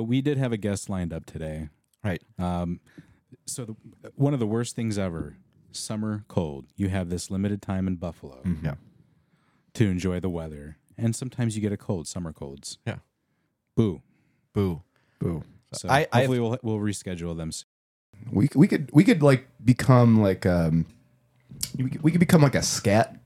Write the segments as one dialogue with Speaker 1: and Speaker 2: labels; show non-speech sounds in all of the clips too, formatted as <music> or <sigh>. Speaker 1: we did have a guest lined up today.
Speaker 2: Right.
Speaker 1: Um, so the, one of the worst things ever, summer cold. You have this limited time in Buffalo
Speaker 2: Yeah.
Speaker 1: to enjoy the weather, and sometimes you get a cold, summer colds.
Speaker 2: Yeah.
Speaker 1: Boo.
Speaker 2: Boo.
Speaker 3: Boo.
Speaker 1: So
Speaker 2: I- I've-
Speaker 1: hopefully we'll we'll reschedule them. soon.
Speaker 3: We we could we could like become like um we could, we could become like a scat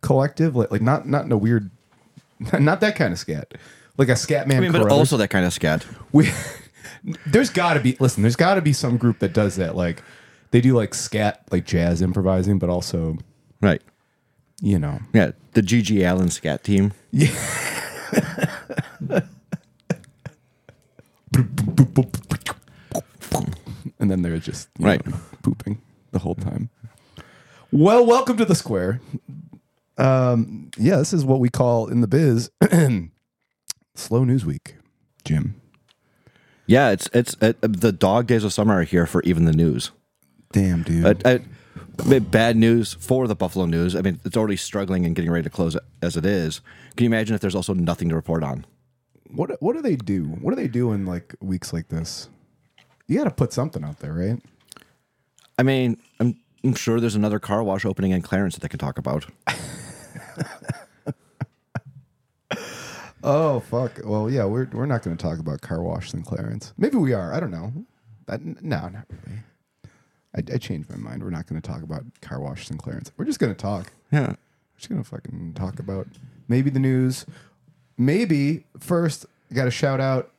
Speaker 3: collective like like not not in a weird <laughs> not that kind of scat like a scat man.
Speaker 2: I mean, but
Speaker 3: Carruthers.
Speaker 2: also that kind of scat.
Speaker 3: we <laughs> there's got to be listen. There's got to be some group that does that. Like they do like scat like jazz improvising, but also
Speaker 2: Right.
Speaker 3: you know
Speaker 2: Yeah. The GG Allen scat team.
Speaker 3: and then they're just you
Speaker 2: Right.
Speaker 3: know, pooping the whole time. Well, welcome to the square. Um, yeah, this is what we call in the biz <clears throat> slow news week, Jim.
Speaker 2: Yeah. It's it's uh, the dog days of summer are here for even the news.
Speaker 3: Damn, dude.
Speaker 2: Uh, uh, b- bad news for the Buffalo News. I mean, it's already struggling and getting ready to close as it is. Can you imagine if there's also nothing to report on?
Speaker 3: what what do they do? What do they do in like weeks like this? You got to put something out there, right?
Speaker 2: I mean, I'm, I'm sure there's another car wash opening in Clarence that they can talk about.
Speaker 3: Oh fuck! Well, yeah, we're we're not going to talk about car wash and Clarence. Maybe we are. I don't know. That, no, not really. I, I changed my mind. We're not going to talk about car wash and Clarence. We're just going to talk.
Speaker 2: <laughs>
Speaker 3: We're
Speaker 2: Yeah.
Speaker 3: just going to fucking talk about maybe the news. Maybe first, got to shout out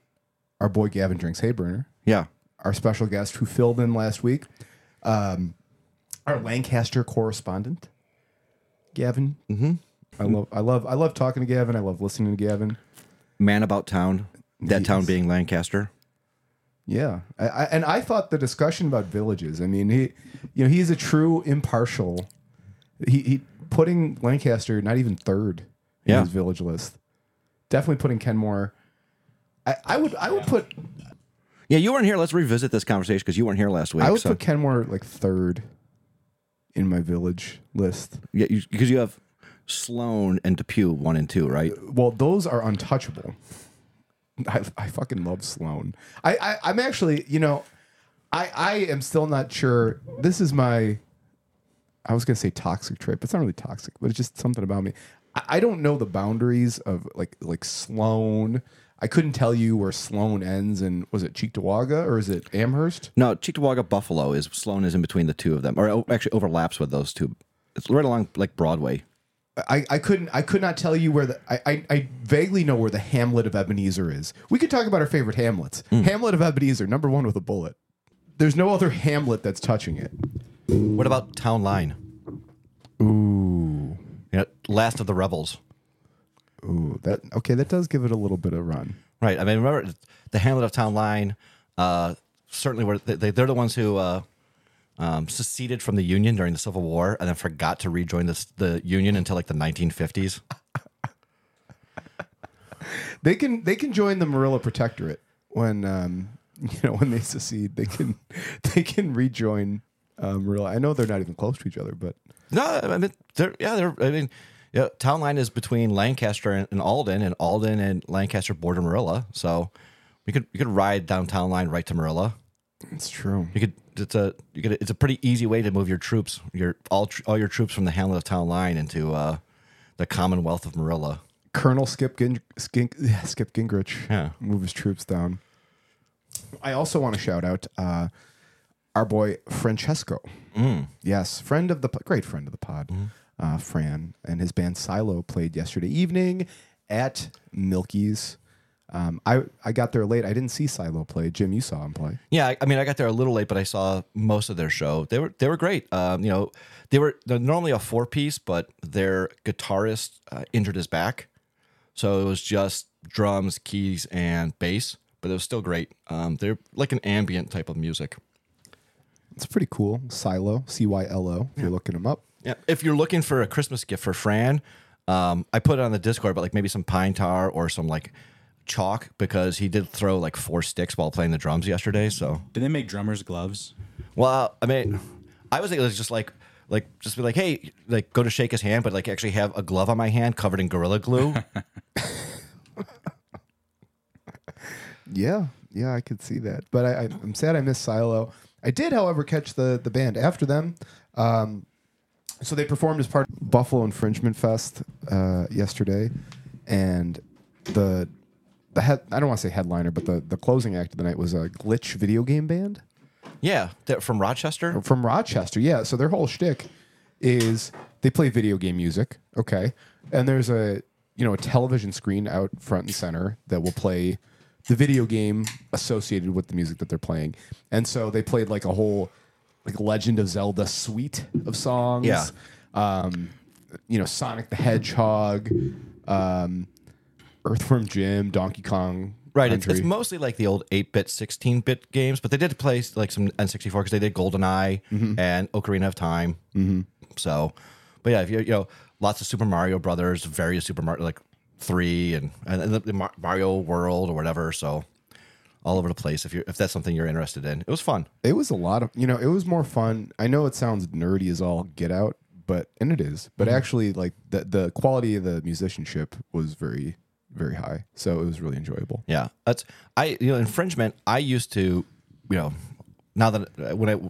Speaker 3: our boy Gavin Drinks Hayburner,
Speaker 2: Yeah.
Speaker 3: our special guest who filled in last week, um, our Lancaster correspondent, Gavin. Mm-hmm. I love, I love, I love talking to Gavin. I love listening to Gavin.
Speaker 2: Man about town. That town being Lancaster.
Speaker 3: Yeah, I, I, and I thought the discussion about villages. I mean, he, you know, he's a true impartial. He, he putting Lancaster not even third in
Speaker 2: Yeah.
Speaker 3: his village list. Definitely putting Kenmore. I, I would I would put
Speaker 2: Yeah, you weren't here. Let's revisit this conversation because you weren't here last week.
Speaker 3: I would
Speaker 2: so
Speaker 3: put Kenmore like third in my village list.
Speaker 2: yeah, because you, have Sloan and Depew one and two, right?
Speaker 3: Well, those are untouchable. I, I fucking love Sloan. I, I I'm actually you know, I I am still not sure. This is my. I was gonna say toxic trait, but it's not really toxic, but it's just something about me. I, I don't know the boundaries of like like Sloan. I couldn't tell you where Sloan ends and was it Cheektowaga or is it Amherst?
Speaker 2: No, Cheektowaga Buffalo is Sloan is in between the two of them, or o- actually overlaps with those two. It's right along like Broadway.
Speaker 3: I, I couldn't I could not tell you where the I, I, I vaguely know where the Hamlet of Ebenezer is. We could talk about our favorite Hamlets. Hamlet of Ebenezer, number one with a bullet. There's no other Hamlet that's touching it.
Speaker 2: What about Town Line?
Speaker 3: Ooh.
Speaker 2: Yeah, Last of the Rebels.
Speaker 3: Ooh. That okay, that does give it a little bit of run.
Speaker 2: Right. I mean, remember the Hamlet of Town Line. Uh, certainly, were they, they're the ones who uh, um, seceded from the Union during the Civil War and then forgot to rejoin this, the Union until like the 1950s.
Speaker 3: They can they can join the Marilla Protectorate when um <laughs> you know when they secede. They can <laughs> they can rejoin uh, Marilla. I know they're not even close to each other, but
Speaker 2: No, I mean, they're, yeah, they're. I mean, yeah, town line is between Lancaster and, and Alden, and Alden and Lancaster border Marilla. So we could you could ride down town line right to Marilla.
Speaker 3: it's true.
Speaker 2: You could it's a you could it's a pretty easy way to move your troops your all tr- all your troops from the hamlet of town line into uh, the Commonwealth of Marilla.
Speaker 3: Colonel Skip Ging- Skink- <laughs> yeah, Skip Gingrich
Speaker 2: Yeah.
Speaker 3: move his troops down. I also want to shout out uh, our boy Francesco.
Speaker 2: Mm.
Speaker 3: Yes, friend of the po- great friend of the pod,
Speaker 2: Mm-hmm.
Speaker 3: uh, Fran and his band Silo played yesterday evening at Milky's. Um, I I got there late. I didn't see Silo play. Jim, you saw him play.
Speaker 2: Yeah, I- I mean, I got there a little late, but I saw most of their show. They were they were great. Um, you know, they were they're normally a four piece, but their guitarist uh, injured his back, so it was just drums, keys, and bass. But it was still great. Um, they're like an ambient type of music.
Speaker 3: It's pretty cool. Silo, C Y L O. If you're looking him up,
Speaker 2: Yeah. If you're looking for a Christmas gift for Fran, um, I put it on the Discord, but like maybe some pine tar or some like chalk because he did throw like four sticks while playing the drums yesterday. So
Speaker 1: Did they make drummers gloves?
Speaker 2: Well, I mean, I was thinking it was just like, like, just be like, hey, like, go to shake his hand, but like, actually have a glove on my hand covered in gorilla glue.
Speaker 3: yeah, yeah, I could see that. But I, I, I'm sad I missed Silo. I did, however, catch the the band after them. Um, so they performed as part of Buffalo Infringement Fest uh, yesterday, and the the head, I don't want to say headliner, but the the closing act of the night was a glitch video game band
Speaker 2: Yeah, that from Rochester.
Speaker 3: from Rochester. Yeah, so their whole shtick is they play video game music, okay, and there's a you know a television screen out front and center that will play the video game associated with the music that they're playing, and so they played like a whole like Legend of Zelda suite of songs.
Speaker 2: Yeah.
Speaker 3: Um, you know, Sonic the Hedgehog, um, Earthworm Jim, Donkey Kong.
Speaker 2: Right, it's,
Speaker 3: Country.
Speaker 2: it's mostly like the old 8 bit, 16 bit games, but they did play like some N64 because they did GoldenEye and Ocarina of Time. Mm-hmm. So, but yeah, if you, you know, lots of Super Mario Brothers, various Super Mario, like three and, and the- the Mar- Mario World or whatever. So, all over the place if you're if that's something you're interested in. It was fun.
Speaker 3: It was a lot of, you know, it was more fun. I know it sounds nerdy as all get out, but and it is. But actually, like the the quality of the musicianship was very very high, so it was really enjoyable.
Speaker 2: Yeah, that's I you know infringement. I used to, you know, now that uh, when I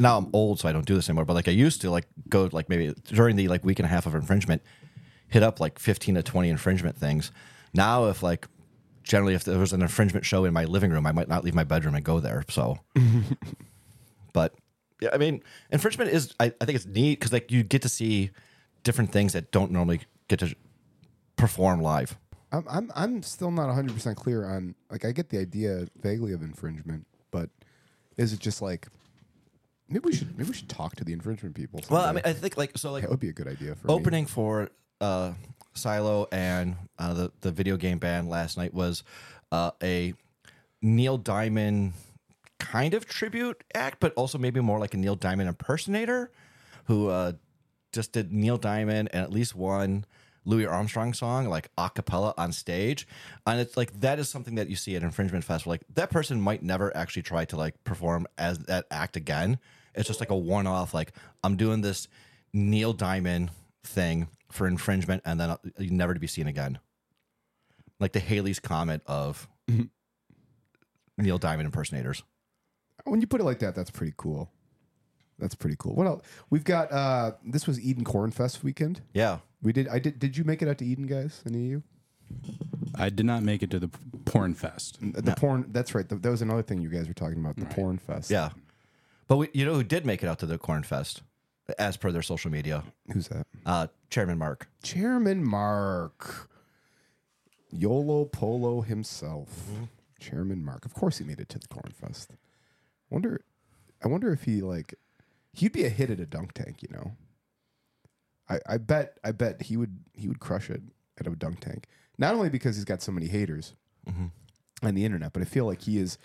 Speaker 2: now I'm old, so I don't do this anymore. But like I used to, like go like maybe during the like week and a half of infringement, hit up like fifteen to twenty infringement things. Now if like generally if there was an infringement show in my living room, I might not leave my bedroom and go there. So, but yeah, I mean infringement is I, I think it's neat because like you get to see different things that don't normally get to perform live.
Speaker 3: I'm I'm I'm still not 100 percent clear on like I get the idea vaguely of infringement, but is it just like maybe we should maybe we should talk to the infringement people?
Speaker 2: Well, I
Speaker 3: someday.
Speaker 2: mean I think like so like
Speaker 3: that would be a good idea for me.
Speaker 2: opening for uh, Silo and uh, the the video game band last night was uh, a Neil Diamond kind of tribute act, but also maybe more like a Neil Diamond impersonator who uh, just did Neil Diamond and at least one Louis Armstrong song like a cappella on stage, and it's like that is something that you see at Infringement Fest. Where, like that person might never actually try to like perform as that act again. It's just like a one off. Like I'm doing this Neil Diamond thing for infringement, and then uh, never to be seen again. Like the Haley's comment <laughs> of Neil Diamond impersonators.
Speaker 3: when you put it like that, that's pretty cool. That's pretty cool. What else? We've got uh this was Eden Cornfest weekend.
Speaker 2: Yeah,
Speaker 3: We did. I did. Did you make it out to Eden, guys? Any of you?
Speaker 1: I did not make it to the porn fest.
Speaker 3: The porn. That's right. that was another thing you guys were talking about. The porn fest.
Speaker 2: yeah. But we, you know who did make it out to the Corn Fest, as per their social media,
Speaker 3: Who's that?
Speaker 2: uh, Chairman Mark.
Speaker 3: Chairman Mark. Yolo Polo himself. Chairman Mark. Of course, he made it to the corn fest. Wonder. I wonder if he like. He'd be a hit at a dunk tank, you know. I, I bet. I bet he would. He would crush it at a dunk tank. Not only because he's got so many haters on the internet, but I feel like he is.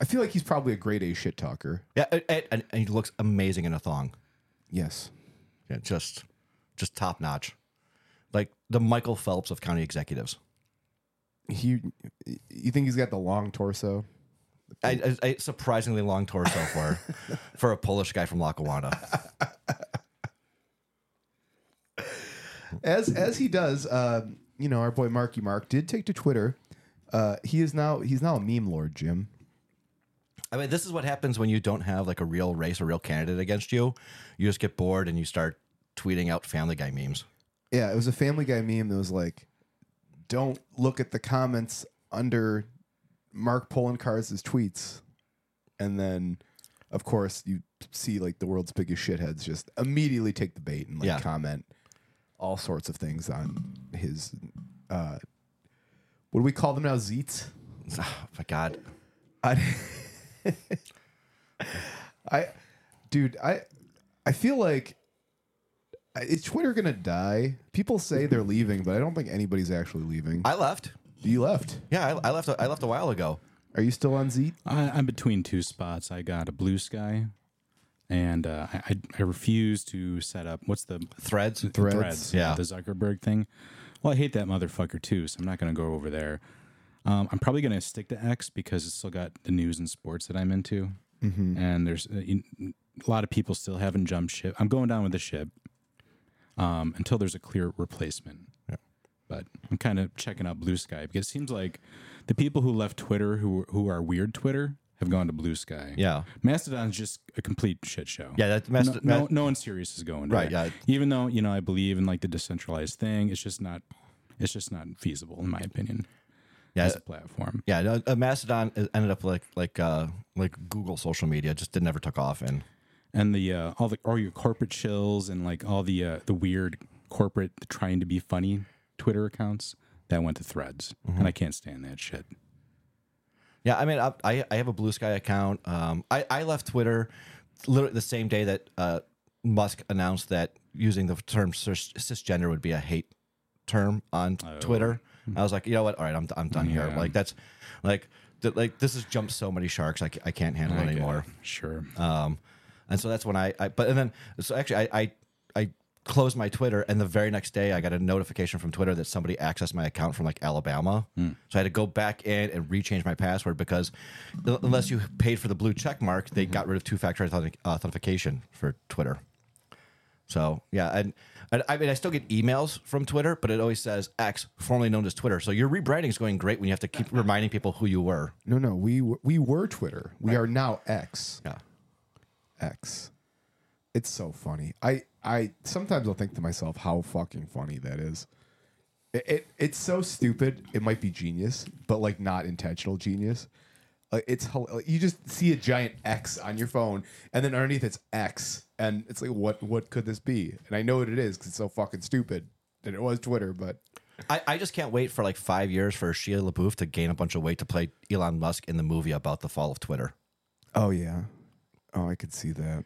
Speaker 3: I feel like he's probably a grade A shit talker.
Speaker 2: Yeah, and, and, and he looks amazing in a thong.
Speaker 3: Yes.
Speaker 2: Yeah, just, just top notch, like the Michael Phelps of county executives.
Speaker 3: He, you think he's got the long torso?
Speaker 2: I, I, I surprisingly long torso <laughs> for for a Polish guy from Lackawanna.
Speaker 3: As as he does, um, you know, our boy Marky Mark did take to Twitter. Uh, he is now he's now a meme lord, Jim.
Speaker 2: I mean, this is what happens when you don't have like a real race or real candidate against you. You just get bored and you start tweeting out Family Guy memes. <sighs>
Speaker 3: Yeah, it was a Family Guy meme that was like, "Don't look at the comments under Mark Polenkars' tweets," and then, of course, you see like the world's biggest shitheads just immediately take the bait and like
Speaker 2: Yeah.
Speaker 3: comment all sorts of things on his. Uh, what do we call them now? Zeets.
Speaker 2: Oh my God,
Speaker 3: I, <laughs> I, dude, I, I feel like I- is Twitter gonna die? People say they're leaving, but I don't think anybody's actually leaving.
Speaker 2: I left.
Speaker 3: you left.
Speaker 2: Yeah, I, I left. A, I left a while ago.
Speaker 3: Are you still on Zeet?
Speaker 1: I, I'm between two spots. I got a blue sky, and uh, I, I- I refuse to set up. What's the
Speaker 2: Threads.
Speaker 3: Threads.
Speaker 2: Yeah.
Speaker 1: the Zuckerberg thing. Well, I hate that motherfucker too, so I'm not going to go over there. Um, I'm probably going to stick to X because it's still got the news and sports that I'm into,
Speaker 2: Mm-hmm.
Speaker 1: and there's uh, in- a lot of people still haven't jumped ship. I'm going down with the ship um, until there's a clear replacement. But I'm kind of checking out Blue Sky because it seems like the people who left Twitter who who are weird Twitter have gone to Blue Sky.
Speaker 2: Yeah.
Speaker 1: Mastodon's just a complete shit show.
Speaker 2: Yeah, that Mast-
Speaker 1: no, no,
Speaker 2: Mast-
Speaker 1: no one serious is going to
Speaker 2: Right,
Speaker 1: that.
Speaker 2: yeah.
Speaker 1: Even though you know I believe in like the decentralized thing, it's just not. It's just not feasible in my opinion.
Speaker 2: Yeah.
Speaker 1: as a platform.
Speaker 2: Yeah, no, uh, Mastodon ended up like like uh, like Google social media, just it never took off. And
Speaker 1: and the uh, all the all your corporate chills and like all the uh, the weird corporate trying to be funny Twitter accounts that went to Threads,
Speaker 2: Mm-hmm.
Speaker 1: and I can't stand that shit.
Speaker 2: yeah, I mean, I- I I have a Blue Sky account. Um, I I left Twitter literally the same day that uh, Musk announced that using the term cis- cisgender would be a hate term on Twitter. I was like, you know what? All right, I'm I'm done here.
Speaker 1: Yeah.
Speaker 2: Like that's like th- like this has jumped so many sharks. I c- I can't handle it
Speaker 1: Like, uh,
Speaker 2: anymore.
Speaker 1: Sure.
Speaker 2: Um, and so that's when I, I but and then so actually I, I I closed my Twitter and the very next day I got a notification from Twitter that somebody accessed my account from like Alabama. So I had to go back in and rechange my password because u- unless you paid for the blue check mark, they got rid of two factor authentication for Twitter. So yeah, and, and I mean I still get emails from Twitter, but it always says X, formerly known as Twitter. So your rebranding is going great when you have to keep reminding people who you were.
Speaker 3: No, no, we w- we were Twitter. We are now X.
Speaker 2: Yeah.
Speaker 3: X. It's so funny. I I sometimes I'll think to myself how fucking funny that is. It, it it's so stupid. It might be genius, but like not intentional genius. Uh, it's hel- like, you just see a giant X on your phone, and then underneath it's X, and it's like what what could this be? And I know what it is because it's so fucking stupid that it was Twitter, but
Speaker 2: I, I just can't wait for like five years for Sheila LaBeouf to gain a bunch of weight to play Elon Musk in the movie about the fall of Twitter.
Speaker 3: oh yeah, oh I could see that.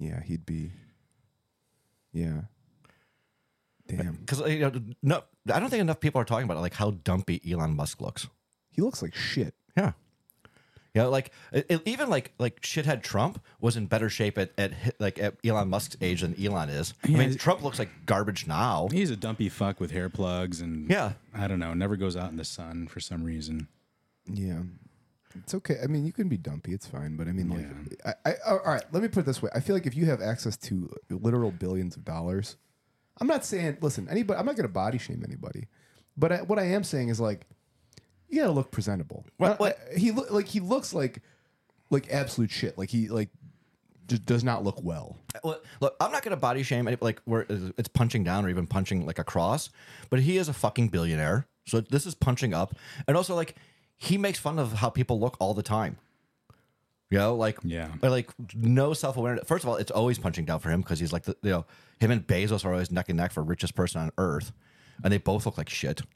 Speaker 3: Yeah, he'd be. Yeah. Damn.
Speaker 2: Because uh, you know, no, I don't think enough people are talking about like how dumpy Elon Musk looks.
Speaker 3: He looks like shit.
Speaker 2: Yeah, yeah, like it, it- even like like shithead Trump was in better shape at, at hi- like at Elon Musk's age than Elon is. I mean,
Speaker 1: Yeah.
Speaker 2: Trump looks like garbage now.
Speaker 1: He's a dumpy fuck with hair plugs and
Speaker 2: Yeah.
Speaker 1: I don't know. Never goes out in the sun for some reason.
Speaker 3: Yeah. It's okay. I mean, you can be dumpy. It's fine. But I mean, like, I, I, all right, let me put it this way. I feel like if you have access to literal billions of dollars, I'm not saying, listen, anybody, I'm not going to body shame anybody. But I, what I am saying is, like, you got to look presentable.
Speaker 2: Well,
Speaker 3: I-
Speaker 2: what-
Speaker 3: I- he look like he looks like, like absolute shit. Like he like just does not look well.
Speaker 2: Well, look, I'm not going to body shame any, like where it's punching down or even punching like a cross, but he is a fucking billionaire. So this is punching up. And also like he makes fun of how people look all the time. You know, like
Speaker 1: Yeah.
Speaker 2: but, like no self awareness. First of all, it's always punching down for him because he's like the, you know him and Bezos are always neck and neck for richest person on earth, and they both look like shit. At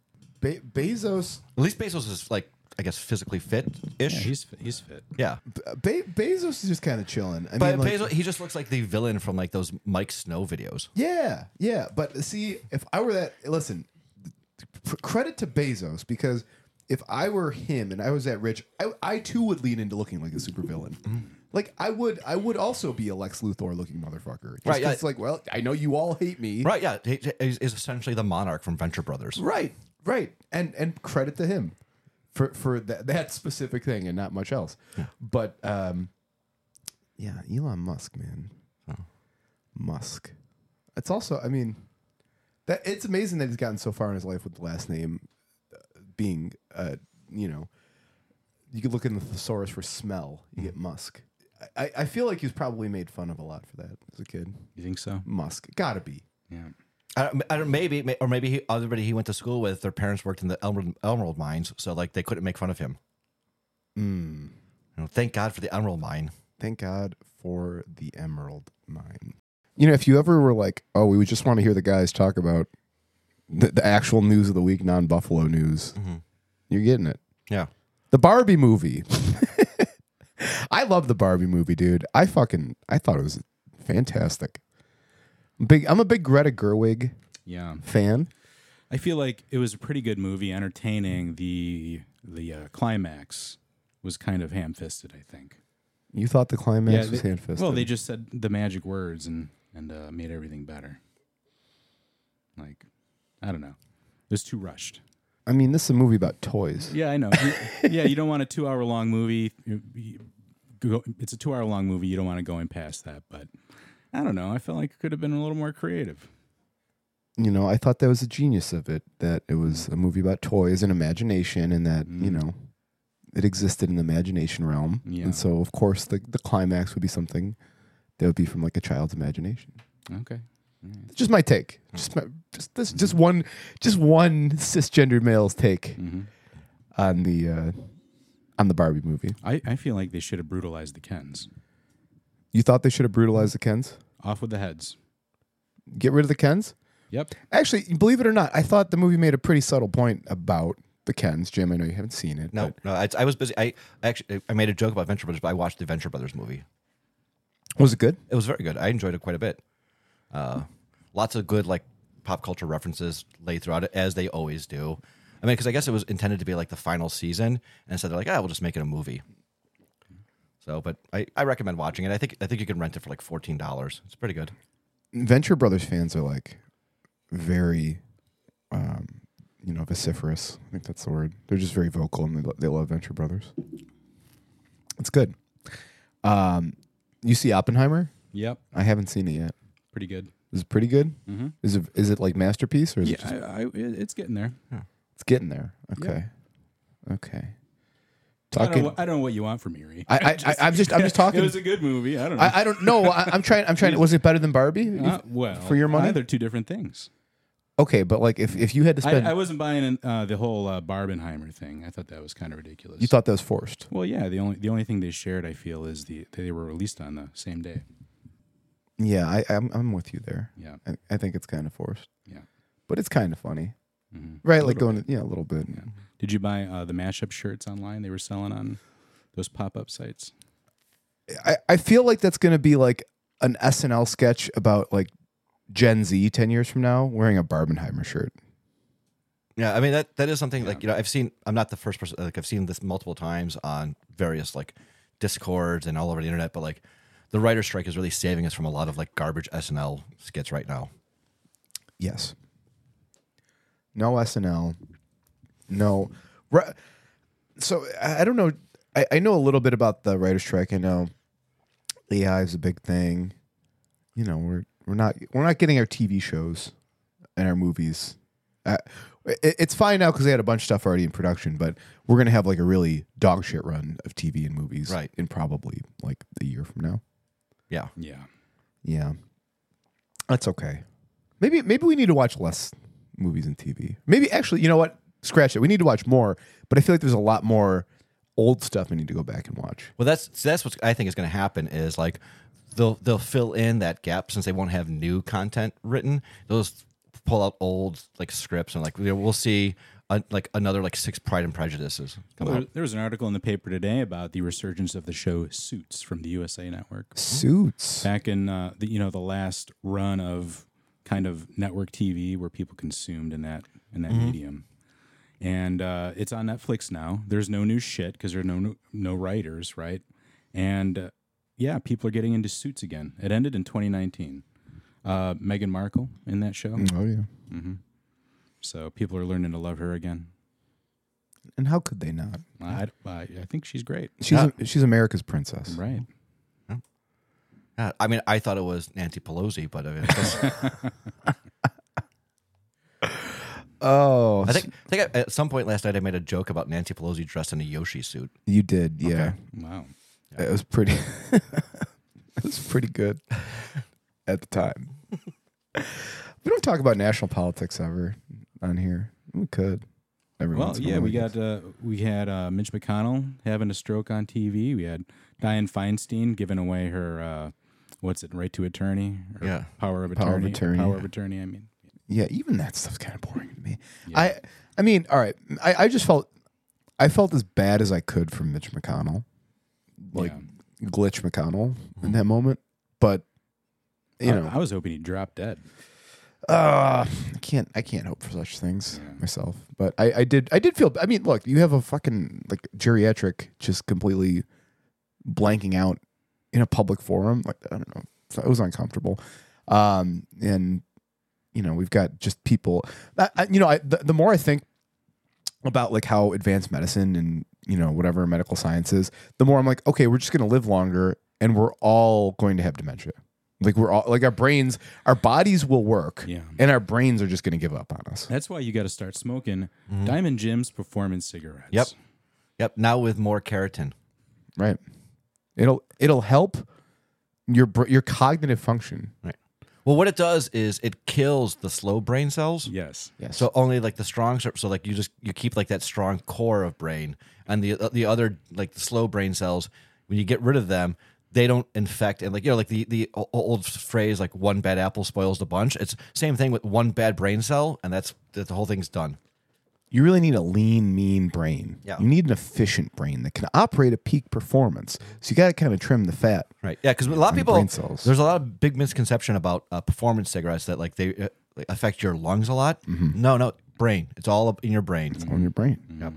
Speaker 3: Be- Bezos
Speaker 2: least Bezos is like I guess physically fit
Speaker 1: Yeah,
Speaker 2: ish. Yeah,
Speaker 1: he's he's fit.
Speaker 3: Be- Bezos is just kind of chilling. I
Speaker 2: but
Speaker 3: mean, like,
Speaker 2: Bezos he just looks like the villain from like those Mike Snow videos.
Speaker 3: Yeah, yeah. But see, if I were that, listen, p- credit to Bezos because if I were him and I was that rich, I, I too would lean into looking like a supervillain.
Speaker 2: Mm.
Speaker 3: Like I would, I would also be a Lex Luthor looking motherfucker. Just
Speaker 2: Right, yeah.
Speaker 3: 'cause It's like, well, I know you all hate me.
Speaker 2: Right, yeah, he, he's, he's essentially the monarch from Venture Brothers.
Speaker 3: right, right. And and credit to him for for that that specific thing and not much else. But um, yeah, Elon Musk, man, Musk. It's also, I mean, that it's amazing that he's gotten so far in his life with the last name uh, being, uh, you know, you could look in the thesaurus for smell, you get Musk. I- I, I feel like he was probably made fun of a lot for that as a kid.
Speaker 1: You think so?
Speaker 3: Musk, gotta be.
Speaker 1: Yeah.
Speaker 2: I don't, I don't, maybe, may- or maybe he, everybody he went to school with, their parents worked in the emerald, emerald mines, so like they couldn't make fun of him. You know, thank God for the emerald mine.
Speaker 3: Thank God for the Emerald Mine. You know, if you ever were like, oh, we would just want to hear the guys talk about the, the actual news of the week, non Buffalo news,
Speaker 1: Mm-hmm.
Speaker 3: you're getting it.
Speaker 2: Yeah,
Speaker 3: The Barbie movie. <laughs> I love the Barbie movie, dude. I fucking, I thought it was fantastic. Big, I'm a big Greta Gerwig
Speaker 1: Yeah.
Speaker 3: fan.
Speaker 1: I feel like it was a pretty good movie, entertaining. The the uh, climax was kind of ham fisted, I think.
Speaker 3: You thought the climax
Speaker 1: they-
Speaker 3: was hand fisted.
Speaker 1: Well, they just said the magic words and and uh, made everything better. Like, I don't know, it was too rushed.
Speaker 3: I mean, this is a movie about toys.
Speaker 1: Yeah, I <laughs> know. You- yeah, you don't want a two-hour long movie. You- you go- It's a two-hour long movie. You don't want to go in past that. But I don't know. I felt like it could have been a little more creative.
Speaker 3: you know, I thought that was the genius of it that it was a movie about toys and imagination and that, you know, it existed in the imagination realm.
Speaker 1: Yeah.
Speaker 3: And so, of course, the, the climax would be something that would be from like a child's imagination.
Speaker 1: Okay.
Speaker 3: It's just my take. Just my, just this just one just one cisgender male's take
Speaker 1: Mm. Mm-hmm.
Speaker 3: on the uh on the Barbie movie.
Speaker 1: I, I feel like they should have brutalized the Kens.
Speaker 3: You thought they should have brutalized the Kens?
Speaker 1: Off with the heads.
Speaker 3: Get rid of the Kens?
Speaker 1: Yep.
Speaker 3: Actually, believe it or not, I thought the movie made a pretty subtle point about the Kens. Jim, I know you haven't seen it.
Speaker 2: No, no, I, I was busy. I actually I made a joke about Venture Brothers, but I watched the Venture Brothers movie.
Speaker 3: but- Was it good?
Speaker 2: It was very good. I enjoyed it quite a bit. Uh, lots of good like pop culture references laid throughout it, as they always do. I mean, because I guess it was intended to be like the final season, and so they're like, ah, we'll just make it a movie. So, but I, I recommend watching it. I think I think you can rent it for like fourteen dollars. It's pretty good.
Speaker 3: Venture Brothers fans are like very, um, you know, vociferous. I think that's the word. They're just very vocal and they, lo- they love Venture Brothers. It's good. Um, you see Oppenheimer?
Speaker 1: Yep.
Speaker 3: I haven't seen it yet.
Speaker 1: Pretty good.
Speaker 3: Is it pretty good? Is it is it like masterpiece or is
Speaker 1: Yeah,
Speaker 3: it just,
Speaker 1: I, I, it- it's getting there.
Speaker 3: it's getting there? Okay, okay.
Speaker 1: I don't,
Speaker 3: Talking.
Speaker 1: know, wh- I don't know what you want from me, Ree. <laughs>
Speaker 3: I, I, I, I'm just I'm just talking.
Speaker 1: It was a good movie. I don't know.
Speaker 3: I, I don't know. I, I'm trying. I'm
Speaker 1: <laughs>
Speaker 3: trying. Was it better than Barbie?
Speaker 1: Uh, well,
Speaker 3: for your money?
Speaker 1: they're two different things.
Speaker 3: okay, but like if, if you had to spend,
Speaker 1: I, I wasn't buying in, uh, the whole uh, Barbenheimer thing. I thought that was kind of ridiculous.
Speaker 3: you thought that was forced.
Speaker 1: Well, yeah. The only the only thing they shared, I feel, is the they were released on the same day.
Speaker 3: Yeah, I, I'm I'm with you there.
Speaker 1: Yeah.
Speaker 3: I, I think it's kind of forced,
Speaker 1: Yeah.
Speaker 3: but it's kind of funny,
Speaker 1: Mhm.
Speaker 3: right? Like going, yeah, a little bit.
Speaker 1: Did you buy uh, the mashup shirts online? They were selling on those pop up sites.
Speaker 3: I, I feel like that's going to be like an SNL sketch about like Gen Z ten years from now wearing a Barbenheimer shirt.
Speaker 2: Yeah, I mean that that is something like you know I've seen. I'm not the first person. Like I've seen this multiple times on various like discords and all over the internet. But like the writer strike is really saving us from a lot of like garbage SNL skits right now.
Speaker 3: Yes. No SNL. No. Ri- So I I don't know. I, I know a little bit about the writer's strike. I know AI is a big thing. You know, we're we're not we're not getting our TV shows and our movies. Uh, it, it's fine now because they had a bunch of stuff already in production, but we're gonna have like a really dog shit run of TV and movies,
Speaker 2: Right.
Speaker 3: In probably like a year from now.
Speaker 2: Yeah,
Speaker 1: Yeah.
Speaker 3: Yeah. That's okay. Maybe maybe we need to watch less movies and TV. Maybe actually, you know what? Scratch it. We need to watch more, but I feel like there's a lot more old stuff we need to go back and watch.
Speaker 2: well that's so that's what I think is going to happen is like they'll they'll fill in that gap since they won't have new content written. They'll just pull out old like scripts and like you know, we'll see uh, like another like six Pride and Prejudices come
Speaker 1: Well,
Speaker 2: out.
Speaker 1: there, there was an article in the paper today about the resurgence of the show Suits from the USA Network.
Speaker 3: Suits.
Speaker 1: Back in uh, the you know the last run of kind of network TV where people consumed in that in that medium, and uh, it's on Netflix now. There's no new shit because there are no no writers, right? And uh, yeah, people are getting into Suits again. It ended in 2019. Uh, Meghan Markle in that show,
Speaker 3: Oh yeah.
Speaker 1: so people are learning to love her again.
Speaker 3: And how could they not?
Speaker 1: I, I, I think she's great,
Speaker 3: She's she's America's princess.
Speaker 1: right?
Speaker 2: Yeah, I mean, I thought it was Nancy Pelosi, but uh, I, mean, I guess-
Speaker 3: Oh,
Speaker 2: I think I think at some point last night I made a joke about Nancy Pelosi dressed in a Yoshi suit.
Speaker 3: you did. Yeah.
Speaker 1: Wow.
Speaker 3: It was pretty. <laughs> it was pretty good at the time. we don't talk about national politics ever on here. We could. Every
Speaker 1: Well,
Speaker 3: once in a
Speaker 1: yeah,
Speaker 3: while,
Speaker 1: we
Speaker 3: I guess.
Speaker 1: got uh, we had uh, Mitch McConnell having a stroke on TV. We had Diane Feinstein giving away her uh, what's it, right to attorney? Or
Speaker 2: Yeah.
Speaker 1: power of attorney.
Speaker 3: Power of attorney.
Speaker 1: Power of attorney. I mean,
Speaker 3: yeah even that stuff's kind of boring to me i i mean all right I, I just felt i felt as bad as i could from mitch mcconnell like glitch mcconnell
Speaker 2: Mm-hmm.
Speaker 3: in that moment but you
Speaker 1: I-
Speaker 3: know
Speaker 1: I, was hoping he'd drop dead.
Speaker 3: uh, I can't. I can't hope for such things myself. But I, I did. I did feel. I mean, look, you have a fucking like geriatric just completely blanking out in a public forum. Like I don't know. So it was uncomfortable. Um, and you know, we've got just people. I, I, you know, I, the, the more I think about like how advanced medicine and you know whatever medical science is, the more I'm like, okay, we're just gonna live longer, and we're all going to have dementia. Like we're all like our brains, our bodies will work,
Speaker 1: Yeah.
Speaker 3: and our brains are just going to give up on us.
Speaker 1: That's why you got to start smoking
Speaker 3: Mm-hmm.
Speaker 1: Diamond Jim's performance cigarettes.
Speaker 2: Yep. Yep. Now with more keratin.
Speaker 3: Right? It'll it'll help your br- your cognitive function.
Speaker 2: Right. Well, what it does is it kills the slow brain cells.
Speaker 1: Yes.
Speaker 3: Yes.
Speaker 2: So only like the strong, so like you just you keep like that strong core of brain, and the uh, the other like the slow brain cells. When you get rid of them, they don't infect, and like you know like the the o- old phrase like one bad apple spoils the bunch. It's same thing with one bad brain cell, and that's that the whole thing's done.
Speaker 3: you really need a lean, mean brain.
Speaker 2: Yeah.
Speaker 3: You need an efficient brain that can operate at peak performance. So you got to kind of trim the fat.
Speaker 2: Right. Yeah, because a lot of
Speaker 3: And
Speaker 2: people
Speaker 3: brain cells.
Speaker 2: there's a lot of big misconception about uh, performance cigarettes that like they uh, like, affect your lungs a lot.
Speaker 3: Mm-hmm.
Speaker 2: No, no, brain. It's all up in your brain.
Speaker 3: on your brain.
Speaker 2: Mm-hmm.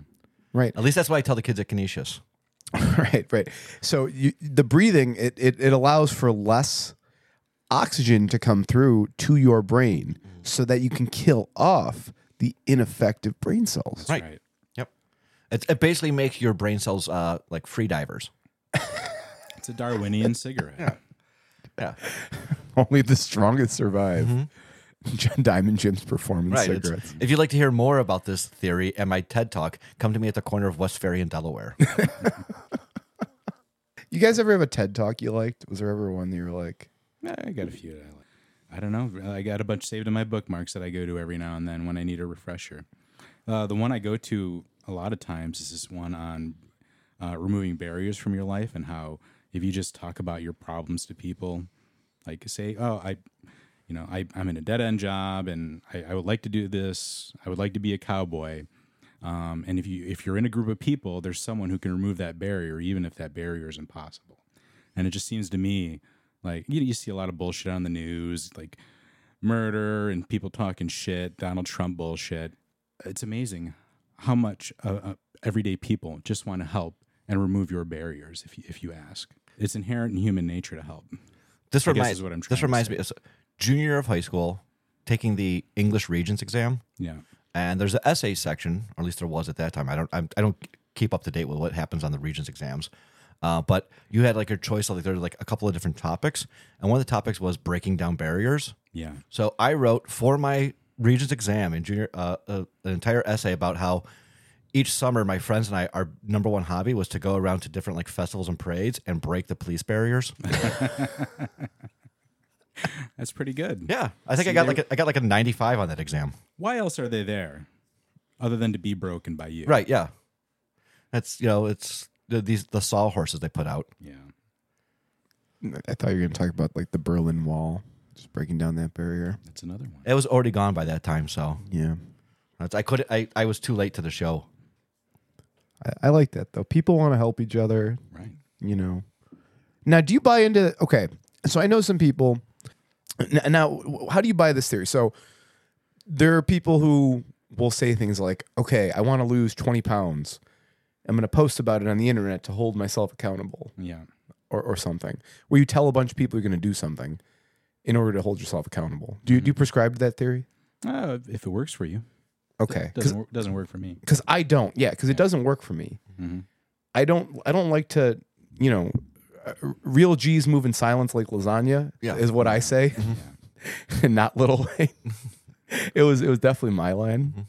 Speaker 3: Right.
Speaker 2: At least that's what I tell the kids at Canisius.
Speaker 3: <laughs> right. Right. So you, the breathing it, it it allows for less oxygen to come through to your brain,
Speaker 2: Mm.
Speaker 3: so that you can kill off the ineffective brain cells.
Speaker 2: Right.
Speaker 1: Right.
Speaker 2: Yep. It, it basically makes your brain cells uh, like free divers.
Speaker 1: It's a Darwinian cigarette.
Speaker 2: Yeah.
Speaker 3: <laughs> Only the strongest survive. <laughs> John Diamond Jim's performance
Speaker 2: Mm-hmm. Right. It's-
Speaker 3: cigarettes.
Speaker 2: If you'd like to hear more about this theory and my TED talk, come to me at the corner of West Ferry and
Speaker 1: <laughs>
Speaker 2: Delaware.
Speaker 3: You guys ever have a TED talk you liked? Was there ever one that you were like,
Speaker 1: Yeah, I got a few that I like. I don't know. I got a bunch saved in my bookmarks that I go to every now and then when I need a refresher. Uh, the one I go to a lot of times is this one on uh, removing barriers from your life and how if you just talk about your problems to people, like say, oh, I, you know, I, I'm in a dead end job and I, I would like to do this. I would like to be a cowboy. Um, and if you if you're in a group of people, there's someone who can remove that barrier, even if that barrier is impossible. And it just seems to me like you, you see a lot of bullshit on the news, like murder and people talking shit, Donald Trump bullshit. It's amazing how much uh, uh, everyday people just want to help and remove your barriers if you, if you ask. It's inherent in human nature to help.
Speaker 2: This
Speaker 1: I guess
Speaker 2: reminds
Speaker 1: is what I'm trying
Speaker 2: this
Speaker 1: to
Speaker 2: reminds
Speaker 1: say.
Speaker 2: me it's junior of high school, taking the English Regents exam.
Speaker 1: Yeah.
Speaker 2: and there's an essay section, or at least there was at that time. I don't I'm, I don't keep up to date with what happens on the Regents exams, uh, but you had like your choice of like there's like a couple of different topics, and one of the topics was breaking down barriers.
Speaker 1: Yeah.
Speaker 2: So I wrote for my Regents exam in junior uh, uh, an entire essay about how each summer my friends and I our number one hobby was to go around to different like festivals and parades and break the police
Speaker 1: <laughs>
Speaker 2: barriers.
Speaker 1: That's pretty good.
Speaker 2: yeah, I think I got like a, I got like a 95 on that exam.
Speaker 1: Why else are they there other than to be broken by you?
Speaker 2: Right, yeah. That's you know, it's the, these the sawhorses they put out.
Speaker 1: Yeah.
Speaker 3: I thought you were going to talk about like the Berlin Wall, just breaking down that barrier.
Speaker 1: That's another one.
Speaker 2: It was already gone by that time, so
Speaker 3: Yeah.
Speaker 2: that's, I couldn't. I, I was too late to the show.
Speaker 3: I, I like that though. People want to help each other,
Speaker 1: Right.
Speaker 3: you know. Now, do you buy into okay? So I know some people. n- Now, w- how do you buy this theory? So there are people who will say things like, "Okay, I want to lose twenty pounds. I'm going to post about it on the internet to hold myself accountable,
Speaker 1: Yeah.
Speaker 3: or or something." Where you tell a bunch of people you're going to do something in order to hold yourself accountable. Do you do you prescribe to that theory?
Speaker 1: Uh, if it works for you,
Speaker 3: Okay,
Speaker 1: doesn't wor- doesn't work for me.
Speaker 3: because I don't. Yeah, because it doesn't work for me.
Speaker 1: Mhm.
Speaker 3: I don't. I don't like to. You know, uh, real G's move in silence like lasagna.
Speaker 2: Yeah.
Speaker 3: is what I say, <laughs> and not little Wayne. it was. It was definitely my line.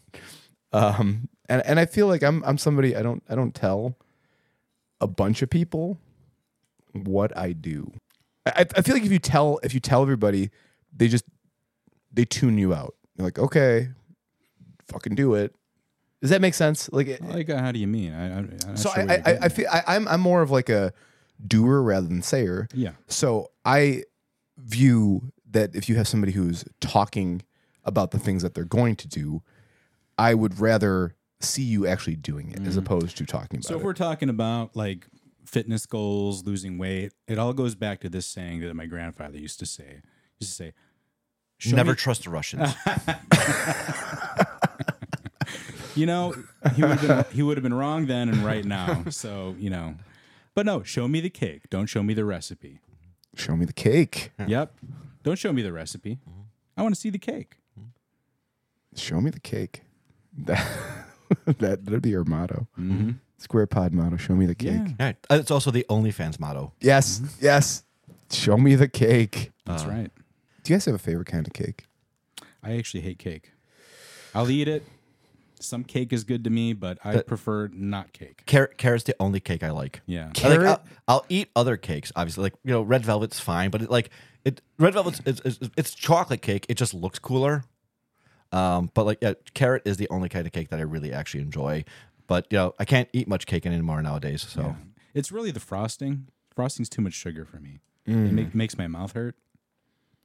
Speaker 3: Um, and and I feel like I'm I'm somebody I don't I don't tell a bunch of people what I do. I, I- I feel like if you tell if you tell everybody, they just they tune you out. They're like, okay, fucking do it. Does that make sense? Like, it,
Speaker 1: Like, uh, how do you mean? I, I, I'm not
Speaker 3: so
Speaker 1: sure
Speaker 3: I,
Speaker 1: where
Speaker 3: I,
Speaker 1: you're
Speaker 3: I,
Speaker 1: getting
Speaker 3: I
Speaker 1: at.
Speaker 3: feel I, I'm I'm more of like a doer rather than sayer.
Speaker 1: Yeah.
Speaker 3: So I view that if you have somebody who's talking about the things that they're going to do, I would rather see you actually doing it as opposed to talking about
Speaker 1: So if
Speaker 3: it.
Speaker 1: we're talking about like fitness goals, losing weight, it all goes back to this saying that my grandfather used to say. He used to say, "Show
Speaker 2: Never
Speaker 1: me-"
Speaker 2: trust
Speaker 1: <laughs>
Speaker 2: the Russians.
Speaker 1: you know, he would have been, he would have been wrong then and right now. So you know, but no, show me the cake. Don't show me the recipe.
Speaker 3: Show me the cake.
Speaker 1: Yep. Don't show me the recipe. I want to see the cake.
Speaker 3: Show me the cake. <laughs> That that that'd be your motto. Square pod motto. Show me the cake.
Speaker 1: Yeah.
Speaker 3: Mm-hmm.
Speaker 2: All right. Uh, It's also the OnlyFans motto.
Speaker 3: Yes. Yes. Show me the cake.
Speaker 1: That's right.
Speaker 3: Do you guys have a favorite kind of cake?
Speaker 1: Uh, I actually hate cake. I'll eat it. Some cake is good to me, but I prefer not cake.
Speaker 2: Carrot, carrot's the only cake I like.
Speaker 1: Yeah.
Speaker 2: I like-
Speaker 3: Carrot?
Speaker 2: I'll, I'll eat other cakes, obviously. Like you know, red velvet's fine, but it, like it, red velvet's it's, it's, it's chocolate cake. It just looks cooler. Um, but like yeah, carrot is the only kind of cake that I really actually enjoy. But you know, I can't eat much cake anymore nowadays. So
Speaker 1: It's really the frosting. Frosting's too much sugar for me.
Speaker 2: Mm.
Speaker 1: It make, makes my mouth hurt.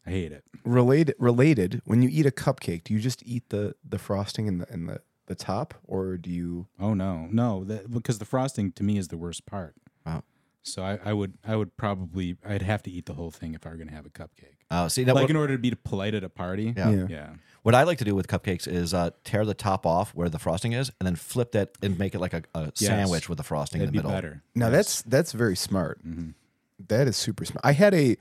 Speaker 1: I hate it.
Speaker 3: Related, related. When you eat a cupcake, do you just eat the the frosting and the and the the top, or do you?
Speaker 1: Oh no, no, that, because the frosting to me is the worst part.
Speaker 2: Wow.
Speaker 1: So I, I would, I would probably, I'd have to eat the whole thing if I were going to have a cupcake.
Speaker 2: uh, see, now
Speaker 1: Like
Speaker 2: what,
Speaker 1: in order to be polite at a party.
Speaker 2: Yeah.
Speaker 3: Yeah.
Speaker 1: Yeah.
Speaker 2: what I like to do with cupcakes is uh, tear the top off where the frosting is, and then flip that and make it like a, a sandwich with the frosting
Speaker 1: That'd
Speaker 2: in the
Speaker 1: be
Speaker 2: middle.
Speaker 1: better.
Speaker 3: Now that's that's very smart. That is super smart. I had a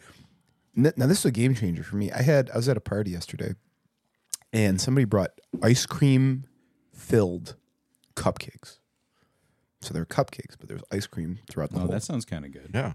Speaker 3: n- now this is a game changer for me. I had I was at a party yesterday, and somebody brought ice cream filled cupcakes. So there were cupcakes, but there was ice cream throughout the
Speaker 1: Oh,
Speaker 3: whole.
Speaker 1: that sounds kind of good.
Speaker 2: Yeah.